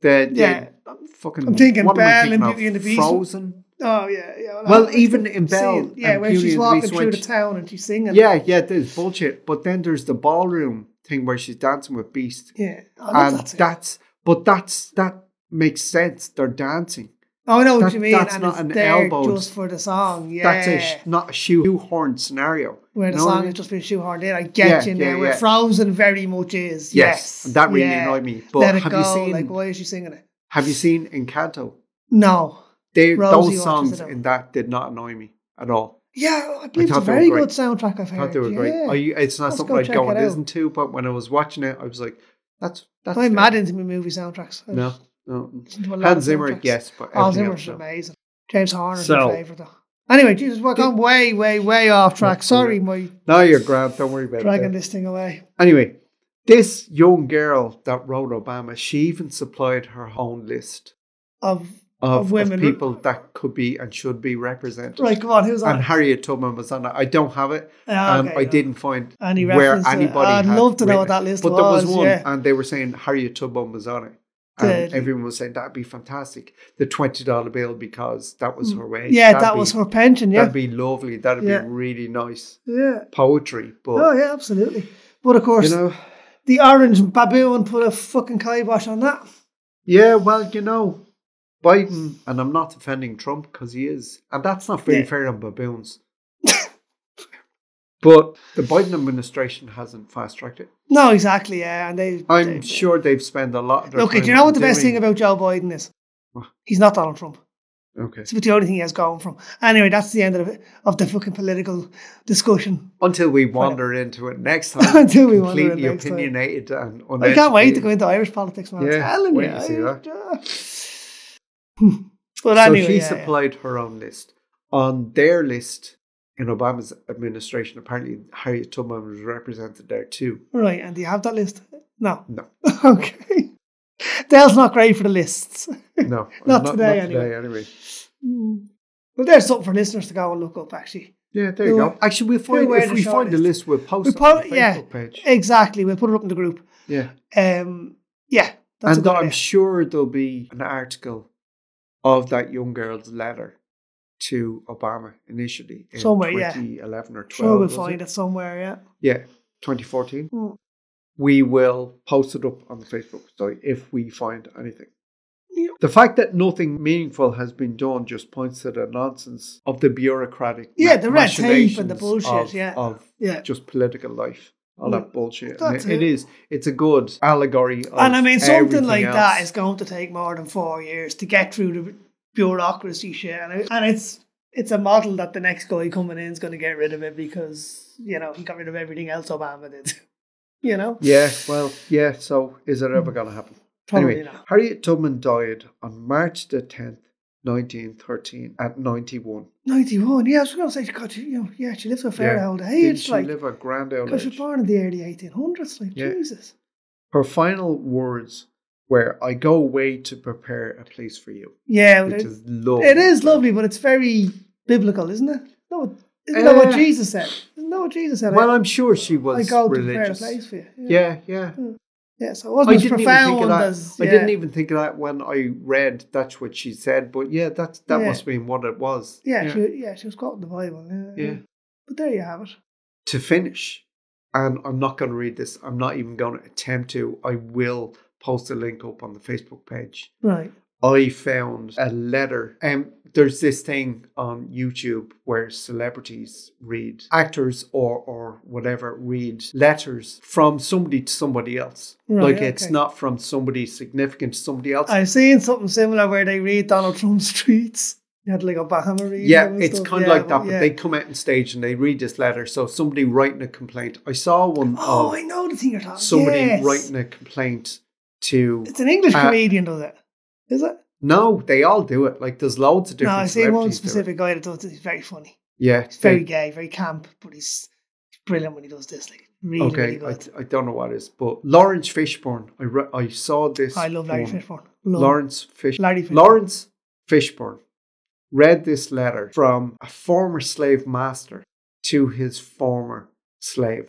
S1: The, the
S2: Yeah.
S1: fucking.
S2: I'm thinking
S1: what am I
S2: Belle
S1: thinking
S2: and
S1: of?
S2: Beauty and the Beast.
S1: Frozen.
S2: Oh yeah, yeah.
S1: Well, even in Belle,
S2: Scene, yeah,
S1: and
S2: where
S1: Beauty
S2: she's
S1: and the
S2: walking
S1: Beast,
S2: through
S1: when
S2: the
S1: she-
S2: town and she's singing.
S1: Yeah, yeah, there's bullshit. But then there's the ballroom thing where she's dancing with Beast,
S2: yeah. I love
S1: and
S2: that scene.
S1: that's but that's that makes sense. They're dancing.
S2: oh, I know
S1: that-
S2: what you mean.
S1: that's
S2: and
S1: not
S2: it's
S1: an
S2: there
S1: elbow.
S2: just for the song. Yeah,
S1: That's a sh- not a shoehorn scenario.
S2: where the
S1: Know what I
S2: song
S1: mean?
S2: has just been shoehorned in. I
S1: Yeah,
S2: get you now.
S1: yeah,
S2: Where
S1: yeah.
S2: Frozen very much is.
S1: Yes,
S2: Yes,
S1: and that really
S2: yeah.
S1: annoyed me.
S2: Let
S1: But
S2: it
S1: have
S2: go.
S1: you seen
S2: Like, why is she singing it?
S1: have you seen Encanto?
S2: No.
S1: They,
S2: Rosie
S1: those
S2: watches
S1: songs
S2: it out.
S1: in that did not annoy me at all.
S2: Yeah, I believe it's a
S1: thought they were
S2: very
S1: great.
S2: good soundtrack. I've
S1: I
S2: heard.
S1: thought they were great.
S2: Yeah.
S1: I, it's not
S2: Let's
S1: something
S2: go
S1: I'd
S2: check
S1: go and
S2: it out.
S1: listen to, but when I was watching it, I was like, "That's that's."
S2: I'm
S1: fair.
S2: mad into my movie soundtracks. I
S1: No, no.
S2: listen to a lot
S1: Hans
S2: of
S1: Zimmer,
S2: soundtracks.
S1: yes, but
S2: Oh,
S1: everything
S2: Zimmer's
S1: else, no.
S2: amazing. James Horner's
S1: E So-
S2: my favourite though. Anyway, Jesus, we're going way, way, way off track. Sorry, my
S1: No, you're grand. Don't worry about that.
S2: dragging this thing away.
S1: Anyway, this young girl that wrote Obama, she even supplied her own list
S2: Of
S1: of,
S2: Of women.
S1: of people that could be and should be represented.
S2: right, come on, who's
S1: And
S2: on?
S1: Harriet Tubman was on it. I don't have it.
S2: Ah,
S1: and
S2: okay,
S1: Um, I
S2: no.
S1: didn't find
S2: Any
S1: where
S2: reference to it.
S1: anybody.
S2: I'd
S1: had
S2: love to
S1: written
S2: know what
S1: it.
S2: that list
S1: but there was
S2: was,
S1: one,
S2: yeah.
S1: and they were saying Harriet Tubman was on it, and
S2: Deadly.
S1: everyone was saying that'd be fantastic. The twenty dollar bill because that was her wage.
S2: Mm. Yeah,
S1: That'd
S2: that
S1: be-
S2: was her pension, yeah.
S1: That'd be lovely. That'd
S2: Yeah.
S1: be really nice
S2: yeah.
S1: poetry. But
S2: Oh yeah, absolutely. But of course
S1: you know,
S2: the orange baboon put a fucking kibosh on that.
S1: yeah. Well, you know, Biden, and I'm not defending Trump because he is, and that's not very
S2: Yeah.
S1: fair on baboons. [LAUGHS] But the Biden administration hasn't fast tracked it.
S2: No, exactly, yeah. And they
S1: I'm
S2: they-
S1: sure they've spent a lot of their
S2: Look, do
S1: time
S2: you know what the best
S1: doing-
S2: thing about Joe Biden is?
S1: What?
S2: He's not Donald Trump.
S1: Okay.
S2: It's about the only thing he has going from. Anyway, that's the end of the, of the fucking political discussion. [LAUGHS]
S1: Until we wander into it next time.
S2: Until we wander
S1: completely
S2: in next time.
S1: opinionated and
S2: I can't wait to
S1: uneducated.
S2: go into Irish politics, man.
S1: Yeah,
S2: I'm telling
S1: wait
S2: you.
S1: and see that.
S2: I- but anyway,
S1: so she
S2: yeah, yeah.
S1: supplied her own list. On their list in Obama's administration, apparently Harriet Tubman was represented there
S2: [LAUGHS]
S1: too.
S2: Right, and do you have that list? No.
S1: No.
S2: [LAUGHS] okay. Dale's not great for the lists. Hmm.
S1: No,
S2: Not today, anyway.
S1: anyway.
S2: Well, there's something for listeners to go and look up, actually.
S1: Yeah, there you
S2: Who-
S1: go. Actually, we'll find
S2: were
S1: if
S2: the
S1: we find the
S2: shortest?
S1: list, we'll post
S2: We
S1: it on
S2: po-
S1: the Facebook
S2: yeah.
S1: page.
S2: Exactly. We'll put it up in the group.
S1: Yeah,
S2: Um, yeah. That's a
S1: and
S2: good
S1: I'm
S2: idea.
S1: sure there'll be an article of that young girl's letter to Obama initially in
S2: Somewhere, yeah.
S1: 2011 or 12.
S2: sure we'll
S1: was
S2: find it somewhere. Yeah.
S1: Yeah, 2014.
S2: Mm.
S1: We will post it up on the Facebook story if we find anything.
S2: Yeah.
S1: The fact that nothing meaningful has been done just points to the nonsense of the bureaucratic
S2: Yeah, the red tape and the
S1: machinations
S2: bullshit,
S1: of-
S2: yeah.
S1: of
S2: Yeah.
S1: just political life. All
S2: Yeah.
S1: that bullshit.
S2: That's
S1: And it
S2: it.
S1: is. It's a good allegory. Of
S2: And I mean, something
S1: everything
S2: like
S1: else.
S2: that is going to take more than four years to get through the bureaucracy shit. And, it, and it's it's a model that the next guy coming in is going to get rid of it because, you know, he got rid of everything else Obama did. [LAUGHS] you know?
S1: Yeah. Well. Yeah. So, is it ever going to happen?
S2: Hmm. Probably
S1: anyway,
S2: not.
S1: Harriet Tubman died on March the tenth, nineteen thirteen, at ninety-one.
S2: 91. Yeah, I was going to say, God, you know, yeah, she lived a fair
S1: Yeah.
S2: old age.
S1: Did she
S2: like,
S1: live a grand old
S2: Because you're
S1: age?
S2: born in the early 1800s, like
S1: Yeah.
S2: Jesus.
S1: Her final words were, "I go away to prepare a place for you,"
S2: Yeah, well,
S1: which
S2: it,
S1: is lovely.
S2: it is lovely, but it's very biblical, isn't it? No, isn't that what
S1: Uh,
S2: Jesus said? Isn't that what Jesus said?
S1: Well,
S2: I,
S1: I'm sure she
S2: I
S1: was
S2: go to prepare a
S1: religious.
S2: place for you.
S1: yeah. Yeah.
S2: yeah so it wasn't as profound
S1: of that.
S2: as. Yeah.
S1: I didn't even think of that when I read that's what she said, but yeah, that that
S2: Yeah.
S1: must have been what it was.
S2: Yeah, She, yeah, she was quoting the Bible. Yeah,
S1: Yeah.
S2: But there you have it.
S1: To finish, and I'm not going to read this. I'm not even going to attempt to. I will post a link up on the Facebook page.
S2: Right.
S1: I found a letter. Um, there's this thing on YouTube where celebrities read, actors or or whatever read letters from somebody to somebody else.
S2: Right,
S1: like it's
S2: okay.
S1: not from somebody significant to somebody else.
S2: I've seen something similar where they read Donald Trump's [LAUGHS] tweets. You had like Obama reading.
S1: Yeah,
S2: them and
S1: it's
S2: stuff.
S1: kind of
S2: Yeah,
S1: like that, but
S2: yeah.
S1: they come out on stage and they read this letter. So somebody writing a complaint. I saw one
S2: Oh, I
S1: of
S2: know the thing you're talking about.
S1: somebody
S2: yes.
S1: writing a complaint to.
S2: It's an English
S1: Uh,
S2: comedian, does it? Is it?
S1: No, they all do it. Like there's loads of
S2: No,
S1: different.
S2: I see one
S1: celebrities do it.
S2: specific guy that does it. He's very funny.
S1: Yeah,
S2: He's very
S1: they-
S2: gay, very camp, but he's brilliant when he does this. Like really, really
S1: okay, I,
S2: good.
S1: I don't know what it is, but Lawrence Fishburne. I re- I saw this.
S2: I, love Larry
S1: one.
S2: Fishburne. Love
S1: Lawrence Fish.
S2: Larry Fishburne.
S1: Lawrence Fishburne read this letter from a former slave master to his former slave,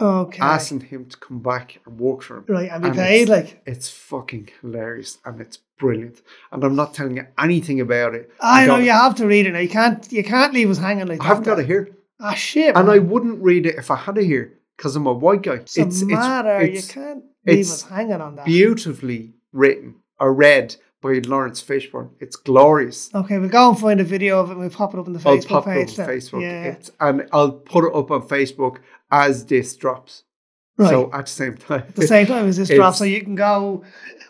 S2: Okay.
S1: asking him to come back and work for him.
S2: Right, and be
S1: and
S2: paid
S1: it's-
S2: like
S1: It's fucking hilarious and it's brilliant. And I'm not telling you anything about it.
S2: I know
S1: got it.
S2: you have to read it now. You can't you can't leave us hanging like
S1: I
S2: that.
S1: haven't got it here.
S2: Ah shit.
S1: And I
S2: man.
S1: wouldn't read it if I had it here because I'm a white guy.
S2: it's, a matter.
S1: it's
S2: you can't leave
S1: it's
S2: us hanging on that.
S1: beautifully written or read by Lawrence Fishburne. It's glorious.
S2: okay, we'll go and find a video of it and we'll pop it up on the
S1: I'll
S2: Facebook
S1: pop it up on
S2: page. then.
S1: Facebook.
S2: Yeah.
S1: It's, and I'll put it up on Facebook as this drops.
S2: right.
S1: So at the same time.
S2: at the same time as this
S1: It's-
S2: drop. So you can go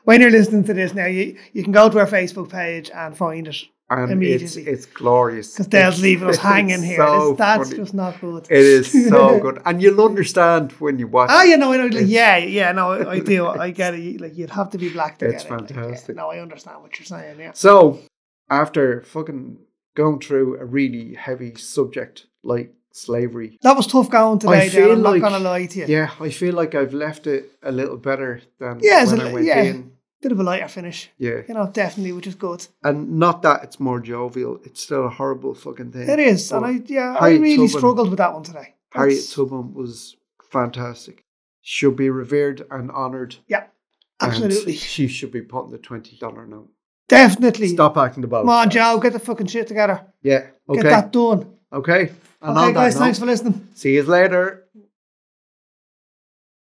S2: when you're listening to this now. You you can go to our Facebook page and find it
S1: [LAUGHS] and it's,
S2: immediately.
S1: it's glorious.
S2: because they're
S1: It's-
S2: leaving
S1: [LAUGHS]
S2: us
S1: it's
S2: hanging here.
S1: so
S2: This- that's
S1: funny.
S2: just not good.
S1: It
S2: [LAUGHS]
S1: is so good. And you'll understand when you watch
S2: Ah, you know, I know, like,
S1: It's-
S2: yeah, yeah, no, I, I do, I get it. You- Like, you'd have to be black to
S1: It's
S2: get it. like, yeah.
S1: fantastic.
S2: no, I understand what you're saying. Yeah,
S1: So, after fucking going through a really heavy subject like slavery,
S2: that was tough going today.
S1: feel
S2: Dad. I'm
S1: like-
S2: not gonna lie to you.
S1: yeah. I feel like I've left it a little better than
S2: Yeah, it's
S1: when
S2: a
S1: I
S2: li-
S1: went
S2: yeah.
S1: in.
S2: Bit of a lighter finish,
S1: Yeah,
S2: you know, definitely, which is good.
S1: and not that it's more jovial. It's still a horrible fucking thing.
S2: It is, and
S1: But
S2: I yeah, I
S1: Harriet
S2: really
S1: Tubman-
S2: struggled with that one today.
S1: Harriet
S2: That's-
S1: Tubman was fantastic. Should be revered and honoured.
S2: Yeah,
S1: and
S2: absolutely,
S1: she should be put in the twenty dollar note.
S2: definitely.
S1: Stop acting the ball.
S2: Come on, Joe, get the fucking shit together.
S1: Yeah.
S2: Get
S1: Okay.
S2: that done.
S1: Okay. And on
S2: okay,
S1: that
S2: guys,
S1: note,
S2: thanks for listening.
S1: See you later.